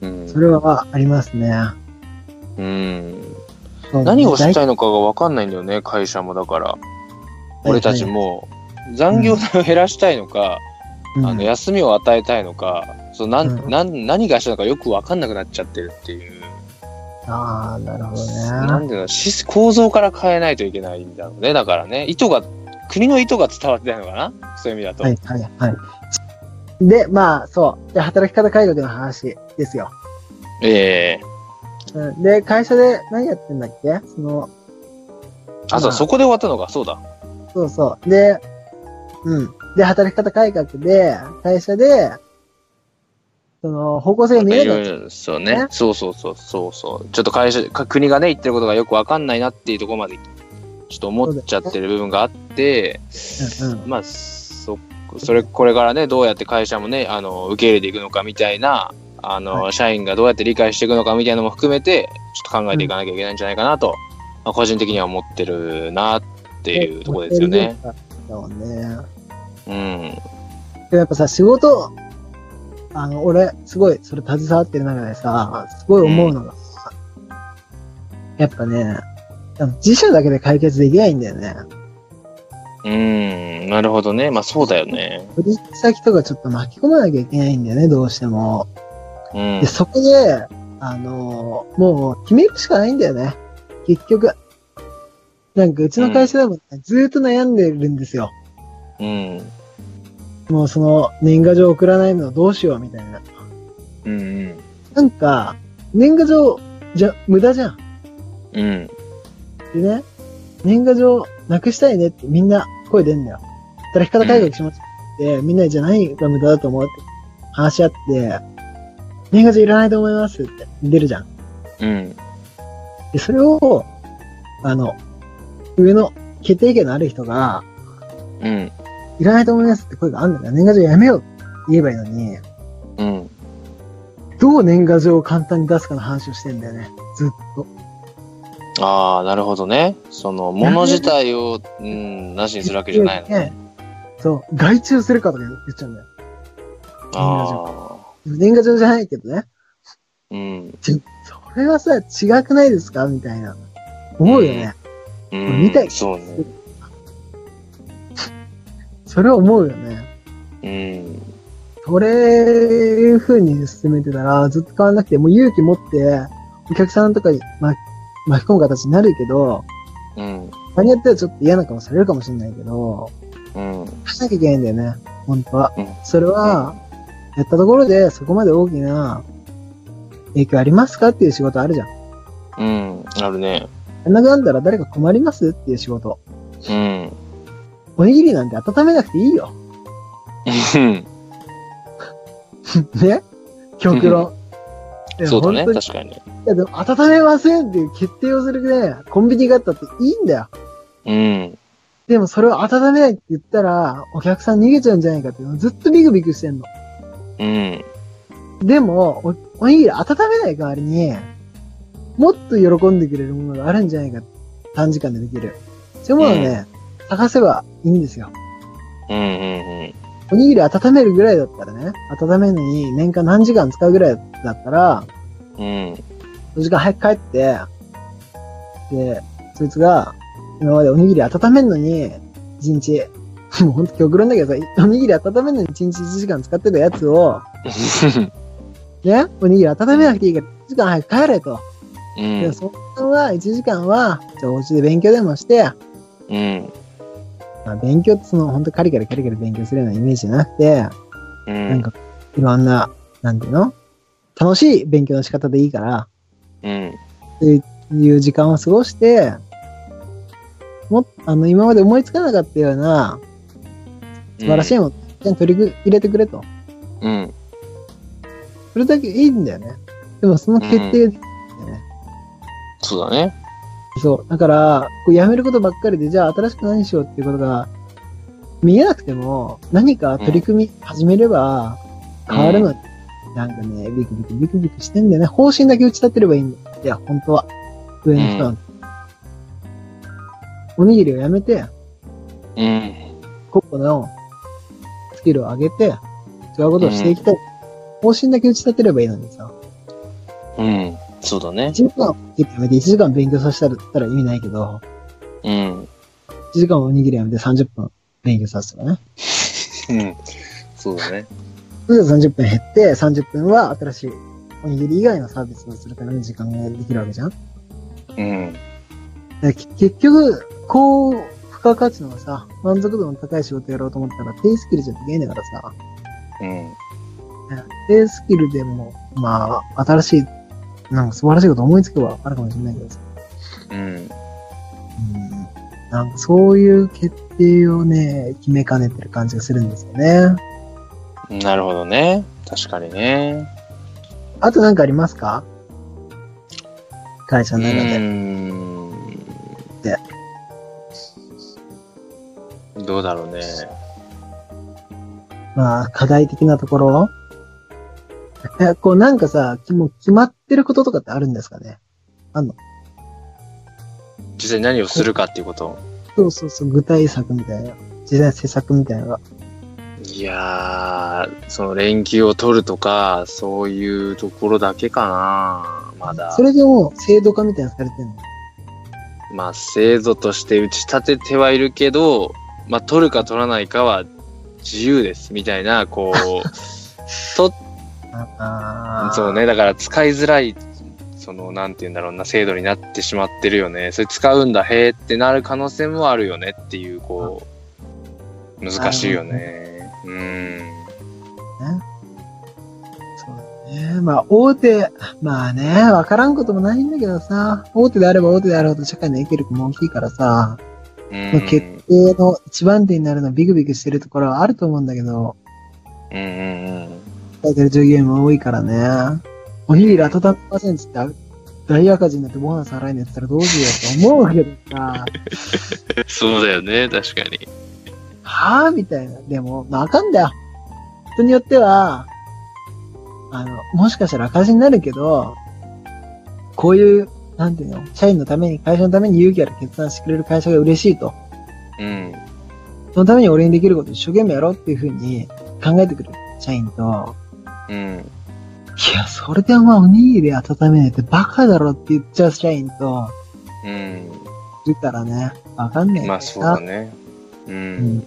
うん
それはありますね。
うん、何をしたいのかが分かんないんだよね、会社もだから。俺たちも残業代を減らしたいのか、あの
や
休みを与えたいのか、そのなん
うん
なん何がしたいのかよく分かんなくなっちゃってるっていう。
ああ、なるほど
なん
ね。
ていうのシス構造から変えないといけないんだろうねだからね意図が国の意図が伝わってないのかなそういう意味だと、
はいはいはい。で、まあそう。で、働き方改革の話ですよ。
ええ
うんで、会社で何やってんだっけその、
あそうそこで終わったのかそうだ
そうそう。で、うん。で、働き方改革で、会社で、その、方向性が見え
い
な
ろ
い。
いろそう
ね
ねそうそうそうそうそうちょっと会社か国がね言ってることがよくわかんないなっていうところまでちょっと思っちゃってる部分があって、
うんうん
まあそそれこれからねどうやって会社もねあの受け入れていくのかみたいなあの、
は
社員がどうやって理解していくのかみたいなのも含めてちょっと考えていかなきゃいけないんじゃないかなと、まあ個人的には思ってるなっていうところですよね。。
だもんね。
うん、
でもやっぱさ、仕事、あの、俺、すごい、それ携わってる中でさ、すごい思うのが、やっぱね、でも自社だけで解決できないんだよね。
うん、なるほどねまあそうだよね。
取引先とかちょっと巻き込まなきゃいけないんだよね、どうしても。
うん
で、そこで、あのーもう決めるしかないんだよね。結局。なんかうちの会社でもね、ずーっと悩んでるんですよ。
うん
もうその年賀状送らないのどうしようみたいな。
うん
なんか、年賀状じゃ、無駄じゃん。
うんうん
でね、年賀状なくしたいねってみんな声出んだよ。働き方改革しますって、みんなじゃないが無駄だと思うって話し合って、年賀状いらないと思いますって出るじゃん。
うん
で、それを、あの、上の決定権のある人が、
うん
いらないと思いますって声があるんだから、年賀状やめようって言えばいいのに、
うん
どう年賀状を簡単に出すかの話をしてんだよね。ずっと。
ああなるほどねそのもの自体を、うん、なしにするわけじゃないのね。
ねそう、外注するかとか言っちゃうんだよ。
ああ
でも年賀状じゃないけどね。
うん
ちそれはさ、違くないですかみたいな。思うよね。
うん
見たい
そうね。
それは思うよね。
うん。
それいう風に進めてたら、ずっと変わんなくて、もう勇気持って、お客さんとかに巻き巻き込む形になるけど、
うん。
場によってはちょっと嫌な顔されるかもしれないけど、
うん。
しなきゃいけないんだよね、本当は
うん。
それは、やったところでそこまで大きな影響ありますかっていう仕事あるじゃん。
うん。あるね。
あんなくなったら誰か困りますっていう仕事。
うん。
おにぎりなんて温めなくていいよ。ね極論。でも
そうだ
本
ね。
当に
確かに。
いやでも温めませんっていう決定をするね、コンビニがあったっていいんだよ。
うん。
でもそれを温めないって言ったら、お客さん逃げちゃうんじゃないかっていうのずっとビクビクしてんの。
うん。
でも、おおにぎり温めない代わりに、もっと喜んでくれるものがあるんじゃないか。短時間でできる。そういうものをね、探せばいいんですよ。
うん。うん。
おにぎり温めるぐらいだったらね、温めるのに年間何時間使うぐらいだったら、
うん。うん。
その時間早く帰って、で、そいつが、今までおにぎり温めるのに、一日、 もうほんと極論だけどさ、おにぎり温めるのに一日1時間使ってたやつを、ね、おにぎり温めなくていいから、1時間早く帰れと。
うん。
で、その時間は、1時間は、じゃあお家で勉強でもして、
うん。
まあ、勉強ってその、ほんとカリカリカリカリ勉強するようなイメージじゃなくて、
う
なん
ん。
か、いろんな、なんていうの楽しい勉強の仕方でいいから、
うん。
でいう時間を過ごして、もっあの今まで思いつかなかったような素晴らしいものに取り入れてくれと。
うん。
それだけいいんだよね。でもその決定できないんだよね。
そうだね。
そう。だから、こうやめることばっかりで、じゃあ新しく何しようっていうことが見えなくても、何か取り組み始めれば変わるのに、なんかね、ビクビクビクビクしてんだよね。方針だけ打ち立てればいいんだよ。いや、本当は。上の人は。おにぎりをやめて、
うん。
個々のスキルを上げて、違うことをしていきたい。方針だけ打ち立てればいいのにさ。
うん。そうだね
1。時間やめて1時間勉強させたらたら意味ないけど、
うん。
1時間おにぎりやめて30分勉強させたらね。
うん。そうだね。
それで30分減って、30分は新しいおにぎり以外のサービスをするための時間ができるわけじゃん。
うん。
でけ結局、高付加価値のさ、満足度の高い仕事やろうと思ったら、低スキルじゃできないんだからさ、
うん。
低スキルでも、まあ、新しい、なんか素晴らしいこと思いつけばあるかもしれないけどさ、
うん。
うん、なんかそういう決定をね、決めかねてる感じがするんですよね。
なるほどね。確かにね。
あとなんかありますか会社
う
の中で。
ーん。
で
どうだろうね。
まあ、課題的なところえ、こうなんかさ、きもう決まってることとかってあるんですかね
実際何をするかっていうこと。
そうそうそう、具体策みたいな。時代施策みたいなのが。
いやー、その連休を取るとか、そういうところだけかな。まだ
そ。れでもう制度化みたいなのされてるの。
まあ、制度として打ち立ててはいるけど、まあ、取るか取らないかは自由です、みたいな、こ う、と、
あー
そう。ね、だから使いづらい、その、なんて言うんだろうな、制度になってしまってるよね。それ使うんだ、へーってなる可能性もあるよねっていう、こう、難しいよね。うん。
そうね。まあ、大手、まあね、わからんこともないんだけどさ、大手であれば大手であるほど社会の影響力も大きいからさ、
うん。
まあ決定の一番手になるのはビクビクしてるところはあると思うんだけど、
うんうんうん。
抱えてる従業員も多いからね。おにぎり温めませんっつって、大赤字になってご飯さらいにやってたらどうしようと思うけどさ、
そうだよね、確かに。
はぁみたいな。でも、まあ、あかんだよ。人によっては、あの、もしかしたら赤字になるけど、こういう、なんていうの、社員のために、会社のために勇気ある決断してくれる会社が嬉しいと。
うん。
そのために俺にできることを一生懸命やろうっていうふうに考えてくる社員と、
うん。
いや、それでお前おにぎり温めないってバカだろって言っちゃう社員と、
うん。
いるからね、わかんない
まあ、そうだね。う
うんん。。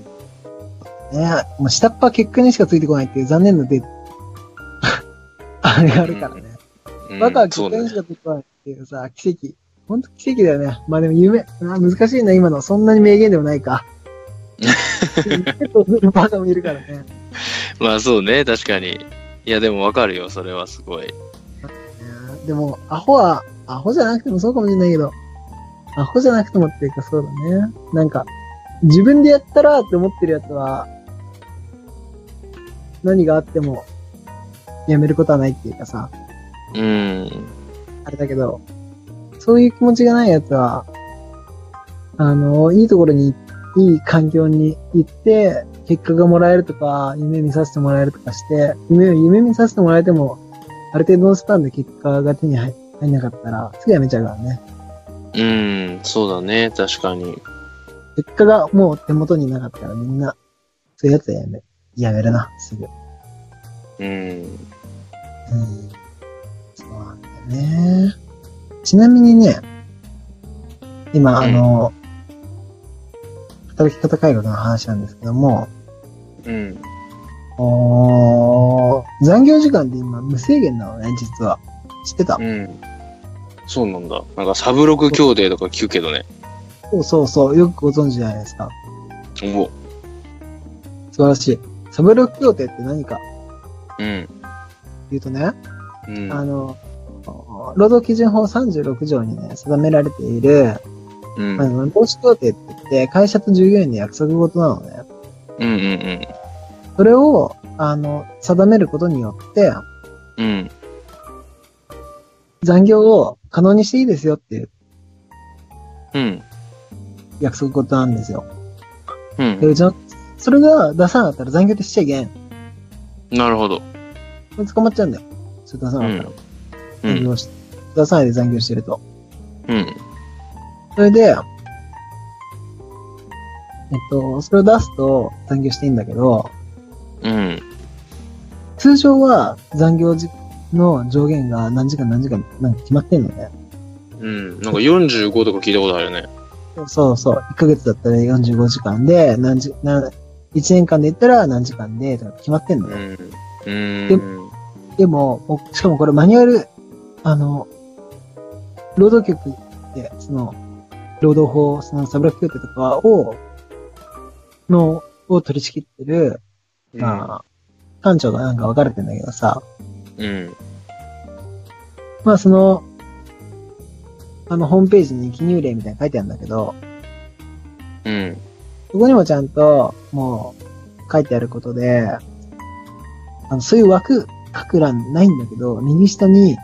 ねもう下っ端結果にしかついてこないっていう残念なで、 あれがあるからね。
うん
バカは結
そう
果
だ
に
ね
しかついてこないっていうさ、奇跡。ほんと奇跡だよね。まあでも夢、あ難しいな、今の。そんなに名言でもない か。結構バカもいるからね。
まあそうね、確かに。いや、でもわかるよ、それはすごい。
ねでも、アホは、アホじゃなくてもそうかもしれないけど、アホじゃなくてもっていうかそうだね。なんか、自分でやったらって思ってるやつは、何があっても、やめることはないっていうかさ、
うん。
あれだけど、そういう気持ちがないやつは、あの、いいところに、いい環境に行って、結果がもらえるとか、夢見させてもらえるとかして、夢を夢見させてもらえても、ある程度のスパンで結果が手に入入んなかったら、すぐやめちゃうからね。
うん、そうだね、確かに。
結果がもう手元になかったらみんな、そういうやつはやめ、やめるな、すぐ。うん。
うん。
そうなんだよね。ちなみにね、今、あの、働き方改革の話なんですけども、
うん。
おー残業時間って今無制限なのね、実は。知ってた、
うん。そうなんだ。なんか、サブロク協定とか聞くけどね。
そうそうそう、よくご存知じゃないですか。
お
素晴らしい。サブロック協定って何か
うん。
っていうとね、
うん。
あの、労働基準法36条にね、定められている、
うんうん
あの労使協定って言って、会社と従業員の約束事なのね。
うん
それを、あの、定めることによって、
うんうん
残業を可能にしていいですよっていう
うん
約束事なんですよ。
うん
で、うちの、それが出さなかったら残業ってしちゃいけん。
なるほど
捕まっちゃうんだよ。それ出さ
う
なかった
ん
ら。
う
残
ん
業し出さないで残業してると。
うん
それで、えっと、それを出すと残業していいんだけど、
うん
通常は残業時の上限が何時間何時間なんか決まってんのね。
うんなんか45とか聞いたことあるよね
そうそう。1ヶ月だったら45時間で、何時、な1年間で言ったら何時間で、とか決まってんの
う
ね。
んうん
でも、もうしかもこれマニュアル、あの、労働局って、その、労働法、そのサブラック協定とかを、の、を取り仕切ってる、まあ、官庁がなんか分かれてんだけどさ、
うん
まあその、あの、ホームページに記入例みたいなの書いてあるんだけど、
うん
そこにもちゃんと、もう、書いてあることで、あのそういう枠、書く欄ないんだけど、右下に、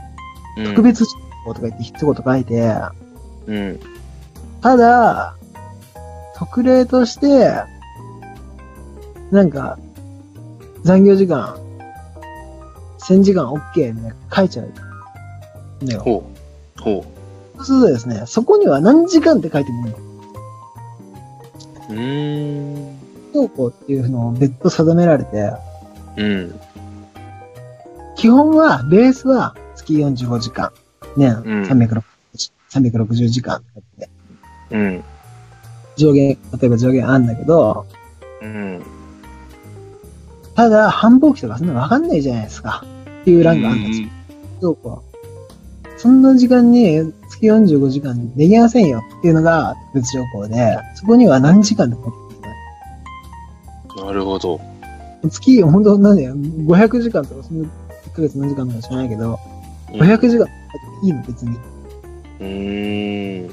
うん
特別事項とか言って一言書いて、
うん
ただ、特例として、なんか、残業時間、1000時間 OK ね、書いちゃう。ね、そ
ほうほ
うするとですね、そこには何時間って書いてもいいの。
ううーん
投稿っていうのを別途定められて、
うん
基本は、ベースは月45時間、年
うん
360 360時間って、
うん
上限、例えば上限あんだけど、
うん
ただ、繁忙期とかそんなわかんないじゃないですか。っていう欄があるんですよ。どうか。そんな時間に月45時間できませんよっていうのが特別条項で、そこには何時間でも入ってない
なるほど
月、本当なんだよ、500時間とか、その1ヶ月何時間とか知らないけど、500時間いいの別に。
うん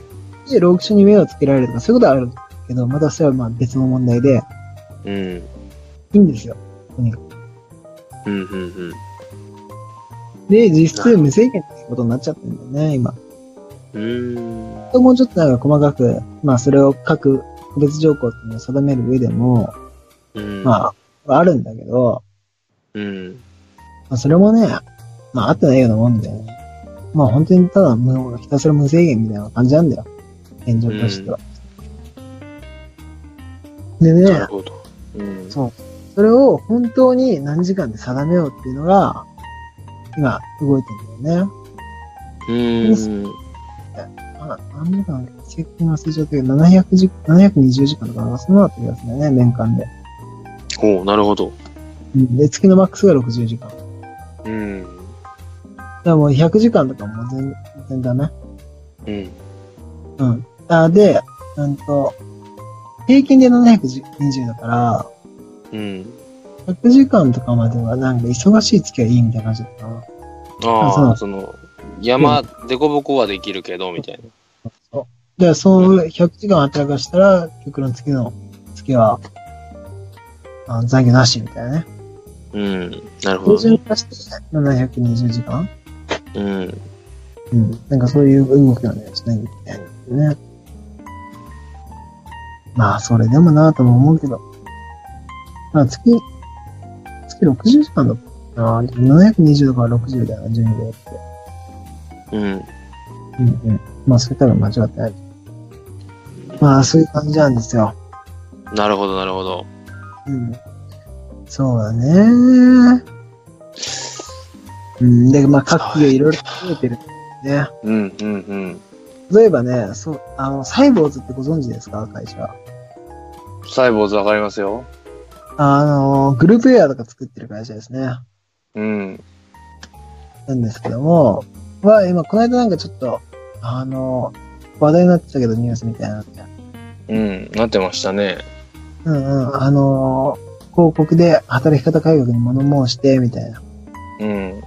で、労基署に目をつけられるとか、そういうことはあるけど、またそれはまあ別の問題で、
うん
いいんですよ。
うんうん
で、実質無制限ってことになっちゃってるんだよね、今。
うんうん
もうちょっとなんか細かく、まあそれを各個別条項っていうのを定める上でも、
うんあ
まあ、あるんだけど、
うん
まあ、それもね、まあ合ってないようなもんで、まあ本当にただもうひたすら無制限みたいな感じなんだよ。現状としては。で
な
ね
る、ほどうん
それを本当に何時間で定めようっていうのが、今動いてんだよね。
うん
あ何時間だっけ正確に忘れちゃったけど、700時720時間とかな、そんなだった気がするんだよね、年間で。
ほうなるほど
うんで、月のマックスが60時間。だか
うん
らもう100時間とかも全然だね。
うん
うん。あで、うんと、平均で720だか
うん
ら、100時間とかまではなんか忙しい月はいいみたいな感じだったな。
あ
あ
あその山でこぼこはできるけどみたいな
そう。で、その100時間働かしたら、極論月の月は、あ残業なしみたいなね。
うんなるほ
標
ど
準
ね
化して720時間
うん
うん。なんかそういう動きなんだよしないといけないんですよね。まあ、それでもなぁとも思うけど。まあ、月、月60時間だったなぁ。720だから60だよな、12秒って。
うん
うんうん。まあ、それ多分間違ってない。まあ、そういう感じなんですよ。
なるほどなるほど
うん。そうだねうん。で、まあ、各企業いろいろ増えてるね。
うんうんうん
例えばね、そう、あの、サイボーズってご存知ですか会社。
サイボーズわかりますよ
あの、グループウェアとか作ってる会社ですね。
うん
なんですけども、は、今、この間なんかちょっと、あの、話題になってたけど、ニュースみたいなのって。
うんなってましたね
うんうん、あの、広告で働き方改革に物申して、みたいな。
うん
うん、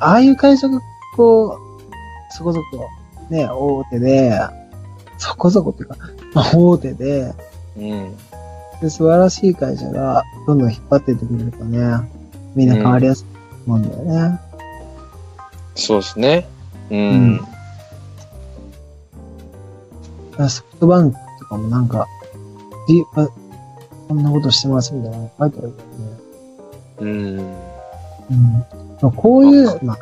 ああいう会社がこう、そこそこ、ね、大手で、そこそこっていうか、まあ、大手で
うん。
で、素晴らしい会社がどんどん引っ張ってってくれるとね、みんな変わりやすいと思うんだよね。
そうですね。う
うん
ん。
ソフトバンクとかもなんか、じあこんなことしてますみたいなの書いてあるよね。
う
うん。
ん。
まあ、こうい
わか
う、まあ、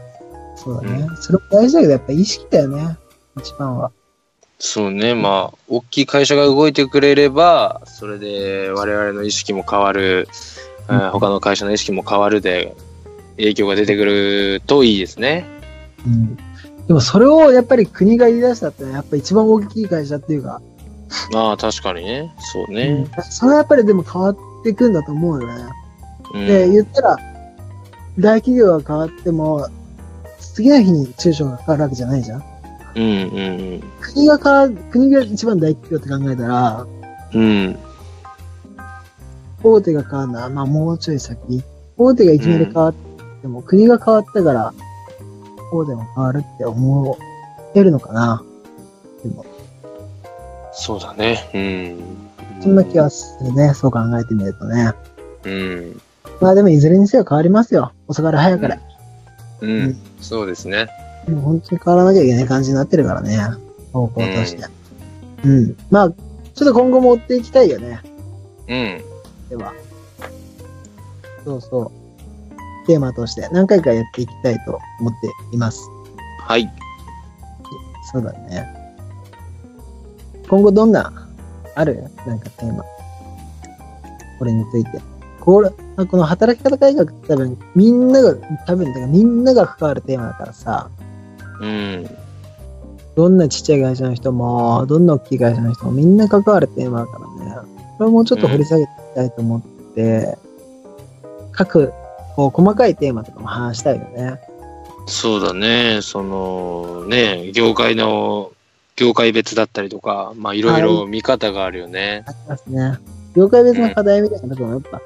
そうだね。それも大事だけど、やっぱ意識だよね。一番は。
そうね。まあ、大きい会社が動いてくれれば、それで我々の意識も変わる、う
うん
ん、他の会社の意識も変わるで、影響が出てくるといいですね。
うん。でもそれをやっぱり国が言い出したって、やっぱ一番大きい会社っていうか、
まあ、確かにね。そう
うん
ね。
それはやっぱりでも変わっていくんだと思うよね。
うん。
で、言ったら、大企業が変わっても、次の日に中小が変わるわけじゃないじゃん。
うんうん
国が変わ国が一番大企業って考えたら、
うん。うん。
大手が変わるのは、まあもうちょい先。大手がいきなり変わっても、国が変わったから、大手も変わるって思えるのかな。でも、
そうだね。うん。
そんな気がするね。そう考えてみるとね。
うん。
まあでも、いずれにせよ変わりますよ。遅かれ早かれ。
うん。うん。そうですね。
もう本当に変わらなきゃいけない感じになってるからね。方向として。うん。まあ、ちょっと今後も追っていきたいよね。
うん。
では。そうそう。テーマとして何回かやっていきたいと思っています。
はい。
そうだね。今後どんな、あるなんかテーマ。これについて。これ、あこの働き方改革って多分、みんなが、多分、だからみんなが関わるテーマだからさ、
うん。
どんなちっちゃい会社の人も、どんな大きい会社の人も、みんな関わるテーマだからね。これもうちょっと掘り下げていきたいと思って、各、こう、細かいテーマとかも話したいよね。
そうだね、そのね、業界の、業界別だったりとか、まあいろいろ見方があるよね。
ありますね。業界別の課題みたいなところもやっぱ、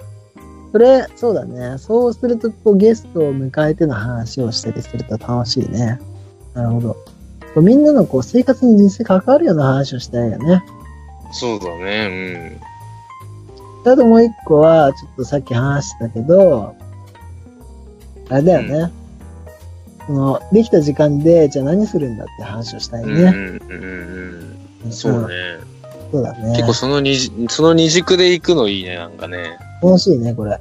それ、そうだね。そうすると、こう、ゲストを迎えての話をしたりすると楽しいね。なるほど。こうみんなのこう生活に実際関わるような話をしたいよね。
そうだね、
あともう一個は、ちょっとさっき話したけど、あれだよね。その、できた時間で、じゃあ何するんだって話をしたい
うん。うん
ね。
うんうんうん。そうね。
うん。そうだね。
結構その二軸その二軸で行くのいいね、なんかね。
楽しいね、これ。
う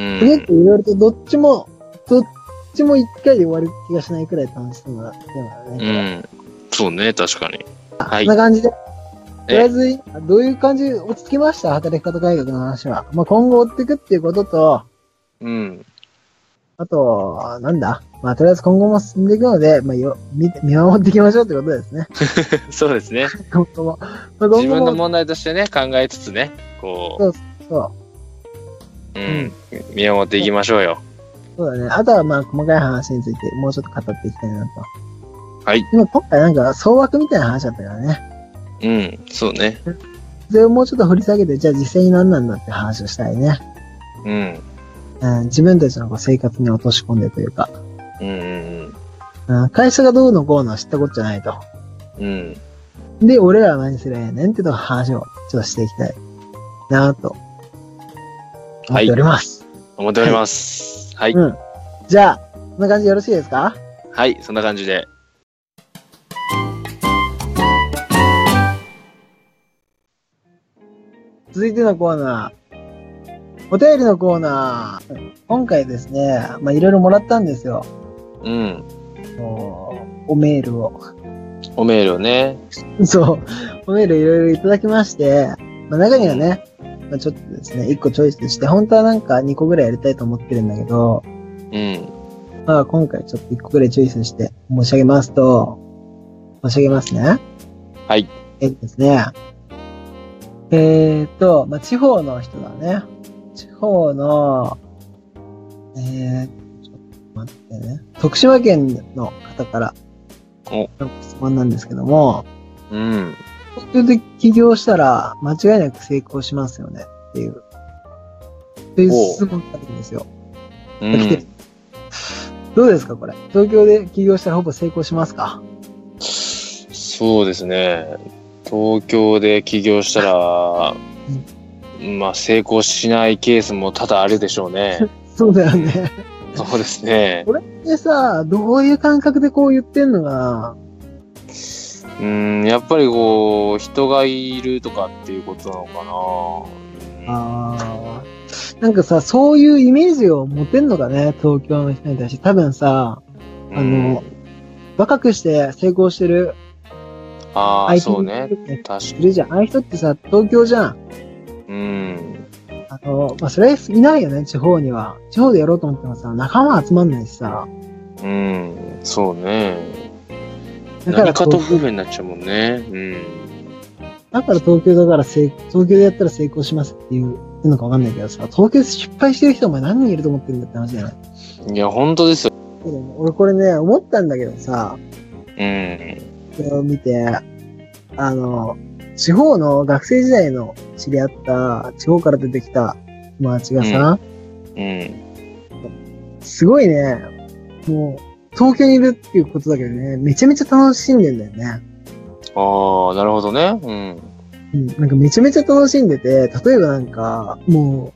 結
ん。
構いろいろとどっちも、どっちも一回で終わる気がしないくらい楽しそうなテーマだ
う
ね。
ん。そうね、確かに。は
こ
い
んな。感じで、とりあえ
え
ず、どういう感じ落ち着きました働き方改革の話は。まあ、今後追っていくっていうことと、
うん。
あと、なんだ。まあ、とりあえず今後も進んでいくので、まあ、よ見見守っていきましょうってことですね。
そうですね。
今後も。まあ、今後
自分の
も、
問題としてね、考えつつね、こ、
そう
うん、見守っていきましょうよ。
う、そうだね。あとは、まあ、細かい話について、もうちょっと語っていきたいなと。
はい。
今、今回なんか、総枠みたいな話だったからね。
うん、そうね。
それをもうちょっと掘り下げて、じゃあ実際に何なんだって話をしたいね。
うん。
うん、自分たちのこう生活に落とし込んでというか、
うんうん
うん、会社がどうのこうのは知ったことじゃないと。
うん。うん。
で、俺らは何すりゃええねんってとこ話をちょっとしていきたいなぁと思っております。
思っております。はい。
うん。じゃあ、こんな感じでよろしいですか
はい、そんな感じで。
続いてのコーナー、お便りのコーナー。今回ですね、まあいろいろもらったんですよ。
うん。
おおメールを。
おメールをね。
そう、おメールいろいろいただきまして、まあ、中にはね、まあ、ちょっとですね、1個チョイスして、本当はなんか2個ぐらいやりたいと思ってるんだけど、
うん。
まあ、今回ちょっと1個ぐらいチョイスして申し上げますと、申し上げますね。
はい。
えっとですね、えー、っと、まあ、地方の人だね。地方の、えー、ちょっと待ってね、徳島県の方から、
お
質問なんですけども、
うん。
それで起業したら間違いなく成功しますよねっていう。そういう質問があるんですよ。
う
来てる
ん。
どうですか、これ。東京で起業したらほぼ成功しますか
そうですね。東京で起業したら、まあ成功しないケースも多々あるでしょ うね。
そうだよね。
そうですね。
でさ、どういう感覚でこう言ってんのかな
うん、やっぱりこう、人がいるとかっていうことなのかな。
あーなんかさ、そういうイメージを持てんのかね、東京の人に対して。多分さ、あの、若くして成功してる
うん、ああ、
相手
そう
に
ね。確
い
か
るじゃん。ああいう人ってさ、東京じゃん。
うん。
あの、まあ、それいないよね、地方には。地方でやろうと思ってもさ、仲間集まんないしさ。
うん。そうね。
だから
何かと
東
不
京、
便になっちゃうもんね。うん。
だから東京だから成、東京でやったら成功しますっていうのかわかんないけどさ、東京で失敗してる人お前何人いると思ってるんだって話じゃない
いや、本当ですよ。
そうだよね俺これね、思ったんだけどさ、
うん。
これを見て、あの、地方の学生時代の知り合った、地方から出てきた友達がさ、
うん。
すごいね、もう、東京にいるっていうことだけどね、めちゃめちゃ楽しんでんだよね。
ああ、なるほどね。うん。
うん、なんかめちゃめちゃ楽しんでて、例えばなんか、も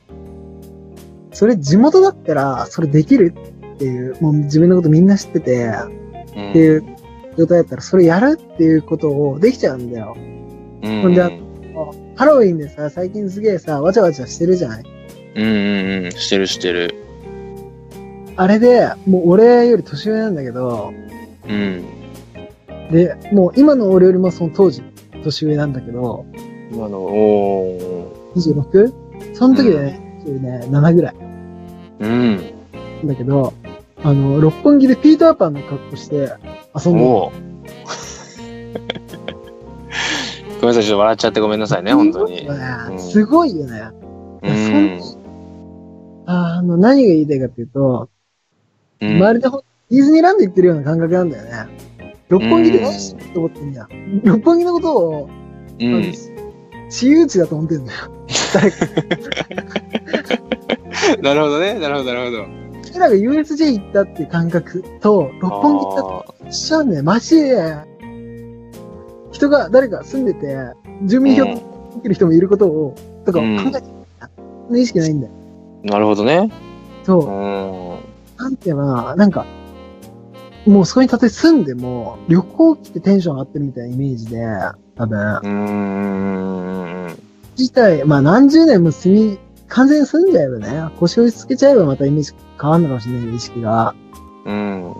う、それ地元だったら、それできるっていう、もう自分のことみんな知ってて、
うん
っていう状態だったら、それやるっていうことをできちゃうんだよ。
うん
ほんであハロウィンでさ、最近すげえさ、わちゃわちゃしてるじゃない
うんうんうん、してるしてる。
あれで、もう俺より年上なんだけど、
うん。
で、もう今の俺よりもその当時、年上なんだけど、
今の、お
26? その時でね、ね7ぐらい
ーうん。
だけど、あの、六本木でピーターパンの格好して遊んで
おーごめんなさい、ちょっと笑っちゃってごめんなさいね、本当に。うん
すごいよね。
う
そ
ん
ん。あの、何が言いたいかっていうと、
うん
まるでほんディズニーランド行ってるような感覚なんだよね。六本木で何してると思ってんじゃん。六本木のことを、
う
あの
ん。
私有地だと思ってんだよ。誰か、
なるほどね、なるほど、なるほど。
俺らが USJ 行ったっていう感覚と、六本木行ったと
あ
一緒なんだよ。マジで、人が、誰か住んでて、住民票
ー
を受ける人もいることを、とか考
うん
えてない、の意識ないんだよ。
うんなるほどね。う
そう。
ん。
なんていうのかな、なんか、もうそこにたとえ住んでも、旅行来てテンション上がってるみたいなイメージで、多分、
うん。
自体、まあ何十年も住み、完全に住んじゃえばね、腰を打ちつけちゃえばまたイメージ変わるのかもしれない、意識が。
うん。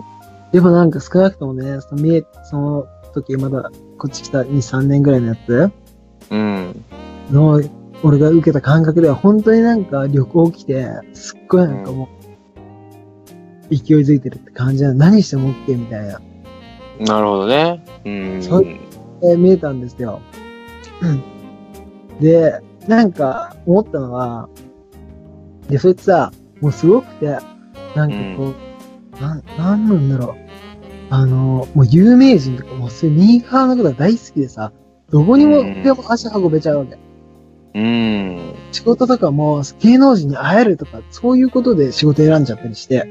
でもなんか少なくともね、その見え、その時まだこっち来た2、3年ぐらいのやつ
うん。
の、俺が受けた感覚では本当になんか旅行来て、すっごいなんかもう、勢いづいてるって感じなの。何しても OK みたいな。
なるほどね。うん。
そうえー見えたんですよ。うんで、なんか思ったのは、で、そいつさ、もうすごくて、なんかこう、なん、なんなんだろう。あの、もう有名人とか、もうそういうミーハーのことが大好きでさ、どこにも
うん
でも足運べちゃうわけ。
うん。
仕事とかも芸能人に会えるとか、そういうことで仕事選んじゃったりして、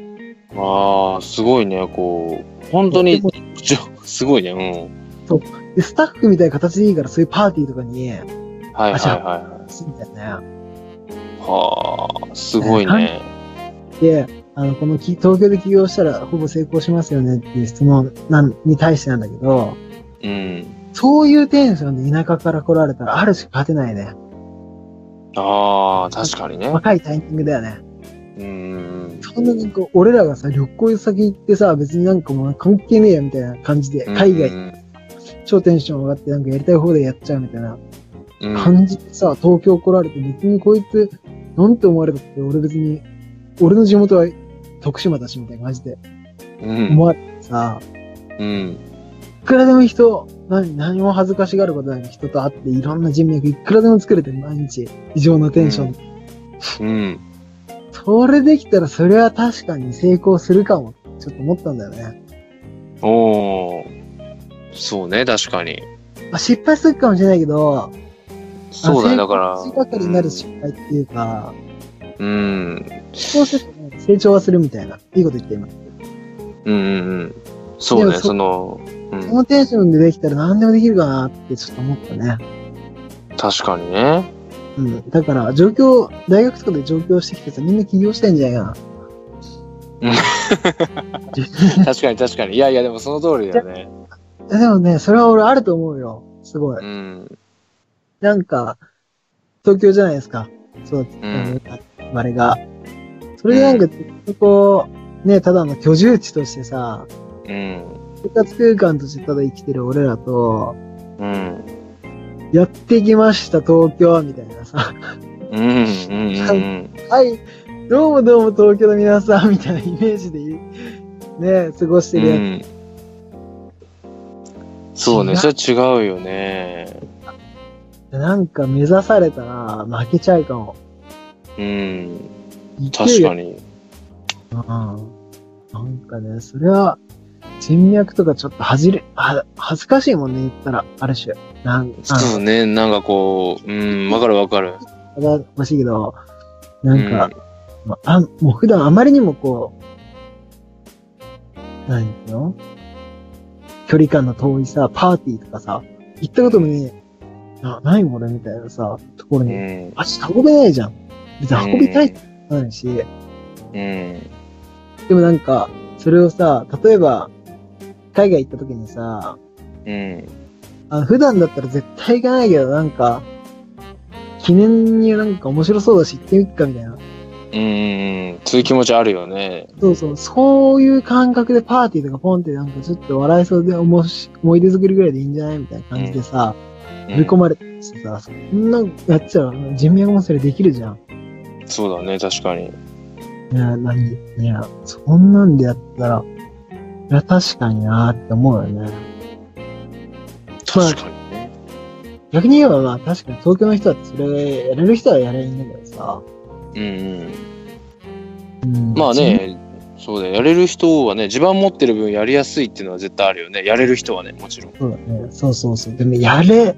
ああ、すごいね、こう。本当に、ちょすごいね、うん。
で、スタッフみたいな形でいいから、そういうパーティーとかに、
はいはい
あじゃあ
は
すんだよね。
い。はあ、すごいね。
で、あの、このき東京で起業したらほぼ成功しますよねっていう質問なんに対してなんだけど、
うん。
そういうテンションで田舎から来られたらあるしか勝てないね。
ああ、確かにね。
若いタイミングだよね。
うん。
そんななんか俺らがさ、旅行先行ってさ、別になんかもう関係ねえやみたいな感じで、海
う
外
ん
超テンション上がってなんかやりたい方でやっちゃうみたいな
うん
感じでさ、東京来られて別にこいつ、なんて思われたって俺別に、俺の地元は徳島だしみたいな感じで
うん
思。われてさ、
うん。
いくらでも人、何何も恥ずかしがることなく人と会っていろんな人脈いくらでも作れて毎日異常なテンション、
うん。
それできたらそれは確かに成功するかもちょっと思ったんだよね、
おお。そうね、確かに。
まあ、失敗するかもしれないけど
そうだね、
ま
だ
あ
から。
成功ばかりになる失敗っていうか、
うん。
そうするとね成長はするみたいないいこと言って今
うんうんうん。そう
で
ね、
もそ
その、う
こ
ん、
のテンションでできたら何でもできるかなってちょっと思ったね。
確かにね。
うん。だから、上京、大学とかで上京してきてさ、みんな起業したいんじゃないか
確かに確かに。いやいや、でもその通りだよね。
な。でもね、それは俺あると思うよ。すごい。
うん。
なんか、東京じゃないですか。そう、
う
うんん、生まれが。それでなんか、ずっとこう、ね、ただの居住地としてさ、
うん。
生活空間としてただ生きてる俺らと、
うん。
やってきました、東京、みたいなさ。
うん。うん。うん。
はい、どうもどうも東京の皆さん、みたいなイメージで、ね、過ごしてるや
うんそうね、それ違うよね。
つ、なんか目指されたら負けちゃうかも。
うん。
勢い
確
が
かに。
うんなんかね、それは、人脈とかちょっと恥じれ、は恥ずかしいもんね、言ったら、ある種。なんか、
そうね、なんかこう、うん、わかるわかる。
ただ欲しいけど、
う
なんか、まあ、もう普段あまりにもこう、何ていうの距離感の遠いさ、パーティーとかさ、行ったこともねえ、な、ないこれみたいなさ、ところ
う
に、
ん。
足運べないじゃん。別に運びたいってことないし、
うん。
でもなんか、それをさ、例えば、海外行った時にさ、
うん。
あの普段だったら絶対行かないけど、なんか、記念になんか面白そうだし行ってみっかみたいな。
うんうん。そういう気持ちあるよね。
そうそう、そういう感覚でパーティーとかポンってなんかちょっと笑いそうでおもし思い出作りぐらいでいいんじゃないみたいな感じでさ、
うん
振り込まれてさ、そんなやっちゃう人脈もそれできるじゃん。
そうだね、確かに。
いや、何いや、そんなんでやったら、いや、確かになーって思うよね。まあ
確かにね。
逆に言えばまあ確かに東京の人はそれやれる人はやればいいんだけどさ。
うんうん。
うん
まあ。ね、そうだよやれる人はね、地盤持ってる分やりやすいっていうのは絶対あるよね。やれる人はね、もちろん。
そうだね。そうそうそう。でもやれ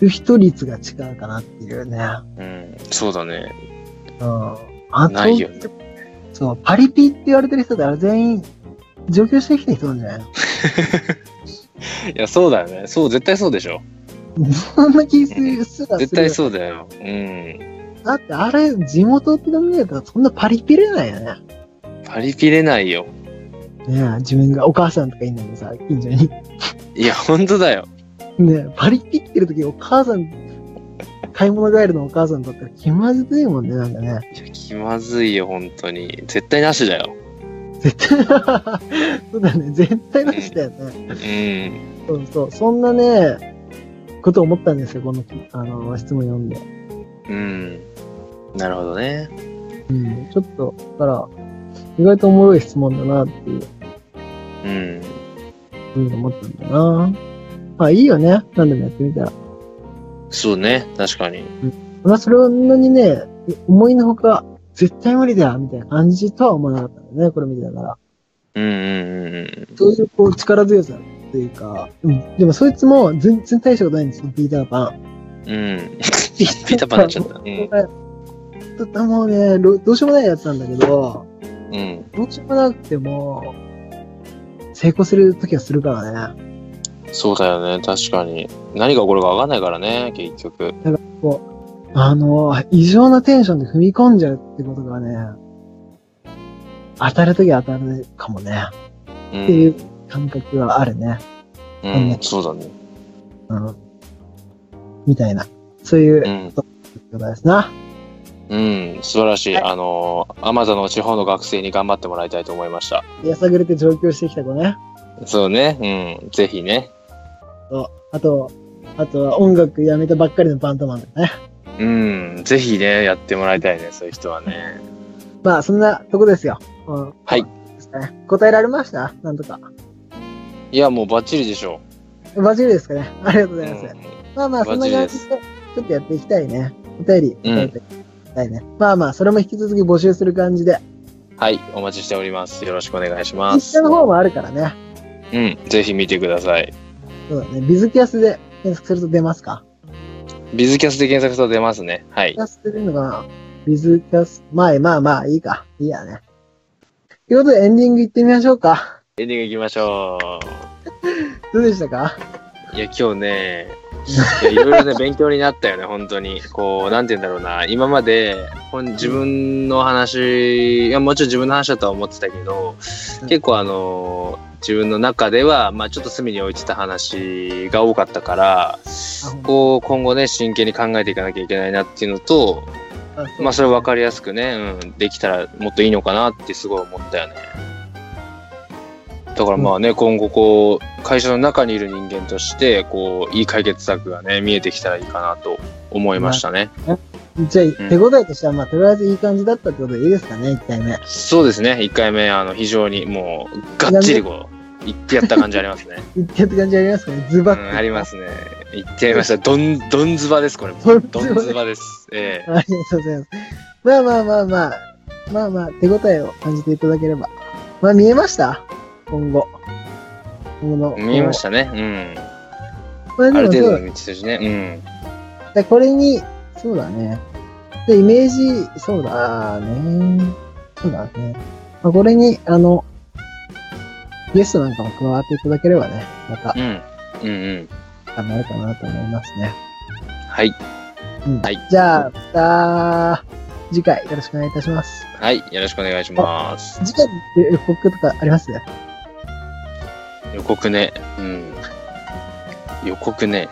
る人率が違うかなっていうね。
うん、そうだね。
うん。あ
ないよね。
そう、パリピって言われてる人ってあれ全員上京してきた人なんじゃない
いや、そうだよね。そう、絶対そうでしょ。
の そんな気するすらする。
絶対そうだよ。うん。
だってあれ、地元って考えたらそんなパリピれないよね。
パリピれないよ。
ねえ自分がお母さんとかいんのにさ、近所に。
いや、ほんとだよ。
ねえパリピってる時お母さん、買い物帰りのお母さんだったら気まずいもんね、なんかね。
いや気まずいよ、ほんとに。絶対なしだよ。
絶対、 そうだね、絶対なしだよね。
うん。
そうそう、そんなね、ことを思ったんですよ、この、あの、質問読んで。
うん。なるほどね。
うん、ちょっと、だから、意外とおもろい質問だなっていう
うん。
ふうに思ったんだな。まあいいよね。何でもやってみたら。
そうね、確かに。
まあそれをなにね、思いのほか、絶対無理だみたいな感じとは思わなかったんだね、これ見てたから。
うんうんうんうん。
そういうこう力強さというか、うん。でもそいつも全然大したことないんですよ、ピーターパン。
うん。 ピーターパンになっちゃった。うん。
とてもね、ろどうしようもないやつなんだけど、
うん。
どうしようもなくても、成功するときはするからね。
そうだよね、確かに。何が起こるか分かんないからね、結局。
あの、異常なテンションで踏み込んじゃうってことがね、当たるときは当たるかもね、
う
ってい
ん
う。感覚はあるね。
うん、そうだね。。
うん。みたいな。そういううんことですな。
うん、素晴らしい。
はい
あのー、アマゾンの地方の学生に頑張ってもらいたいと思いました。
やさぐれて上京してきた子ね。
そうね、うん、ぜひね。
とあと、あとは音楽やめたばっかりのバンドマンだね。
うん、ぜひね、やってもらいたいね、そういう人はね。
まあ、そんなとこですよ。うん、
はい。
答えられましたなんとか。
いや、もうバッチリでしょ
バジルですかね。ありがとうご
う。う
ざいます。
ん、
まあまあ、そんな感じで、ちょっとやっていきたいね。お便り、
うん
答えていきたいね。まあまあ、それも引き続き募集する感じで、
はい、お待ちしております。よろしくお願いし
イ
ま
ンスタ
す。
の方もあるからね。
うん、ぜひ見てください。
そうだね。ビズキャスで検索すると出ますか
ビズキャスで検索すると出ますね。はい
ビズキ。ャス出るのかなビズキャス、まあまあまあ、いいか。いいやね。ということで、エンディングいってみましょうか。
エンディングいきましょ
どうでしたか
う。いや、今日ね、いやいろいろね、勉強になったよね、本当に。こう、なんて言うんだろうな、今まで、ほん自分の話、いや、もちろん自分の話だとは思ってたけど、結構あの、自分の中では、まあちょっと隅に置いてた話が多かったから、こう、今後ね、真剣に考えていかなきゃいけないなっていうのと、
あそう
まあそれ分かりやすくね、うん、できたらもっといいのかなってすごい思ったよね。だからまあね、今後こう、会社の中にいる人間として、こう、いい解決策がね、見えてきたらいいかなと思いましたね。
じゃあ、手応えとしては、まあ、とりあえずいい感じだったってことでいいですかね、1回目。
そうですね、1回目、あの、非常にもう、がっちりこう、言ってやった感じありますね。
言ってって感じありますかね、ズ
う
バッ
ん、ありますね。言ってやりました。どん、どんずばです、これ。
ど
ど
んずば
んずばです。ええ
ありがとうございます。まあまあまあまあ、まあまあ、手応えを感じていただければ。まあ見えました今後。今後の。
見えましたね。うん。
た。これ
あ
で
る
も
程
そ
度
う
の道筋ね。
だこれに、そうだね。で、イメージ、そうだね。そうだね。まあ、これに、あの、ゲストなんかも加わっていただければね、また
うん。うん。うんうん。
あのあるかなと思いますね。
はい。
うん
はい
じゃあ、また、次回よろしくお願いいたします。
はい。よろしくお願いします。
次回って予告とかあります
予告ね。うん。予告ね。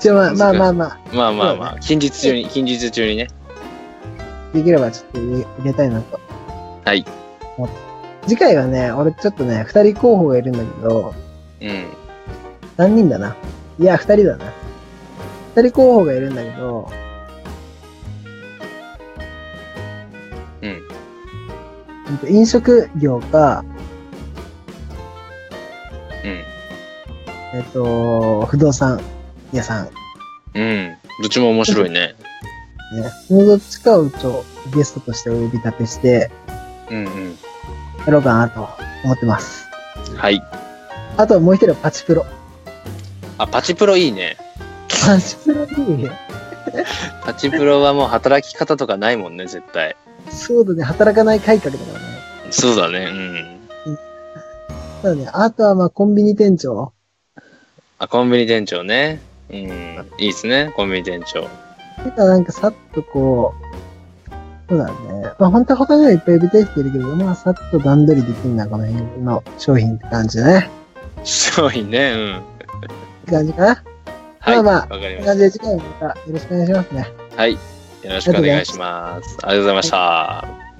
じゃあまあまあまあまあ、
まあまあ
そう
まあ、近日中に、近日中にね。
できればちょっと入れ入れたいなと。
はい。
次回はね、俺ちょっとね、二人候補がいるんだけど、
うん。
三人だな。いや、二人だな。二人候補がいるんだけど、
うん。
うんと飲食業か、
うん。
えっと、不動産屋さん。ね。
うん。どっちも面白いね。
そのどっちかをちょ、ゲストとしてお呼び立てして、
うんうん。
やろうかなと思ってます。
はい。
あともう一人はパチプロ。
あ、パチプロいいね。
パチプロいいね。
パチプロはもう働き方とかないもんね、絶対。
そうだね、働かない改革だからね。
そうだね。うん。
ただね、あとはまあコンビニ店長。
あ、コンビニ店長ね。うん。いいですね、コンビニ店長。
てかなんかさっとこう、そうだね。まあ本当は他にはいっぱい呼びたい人いるけど、まあさっと段取りできるな、この辺の商品って感じだね。
すごいね。うん。
って感じかな。
はい。わ
まあまあ
かり
と
ま
いう感
し
じで次回もまたよろしくお願いしますね。
た。はい。よろしくお願いします。ありがとうございました。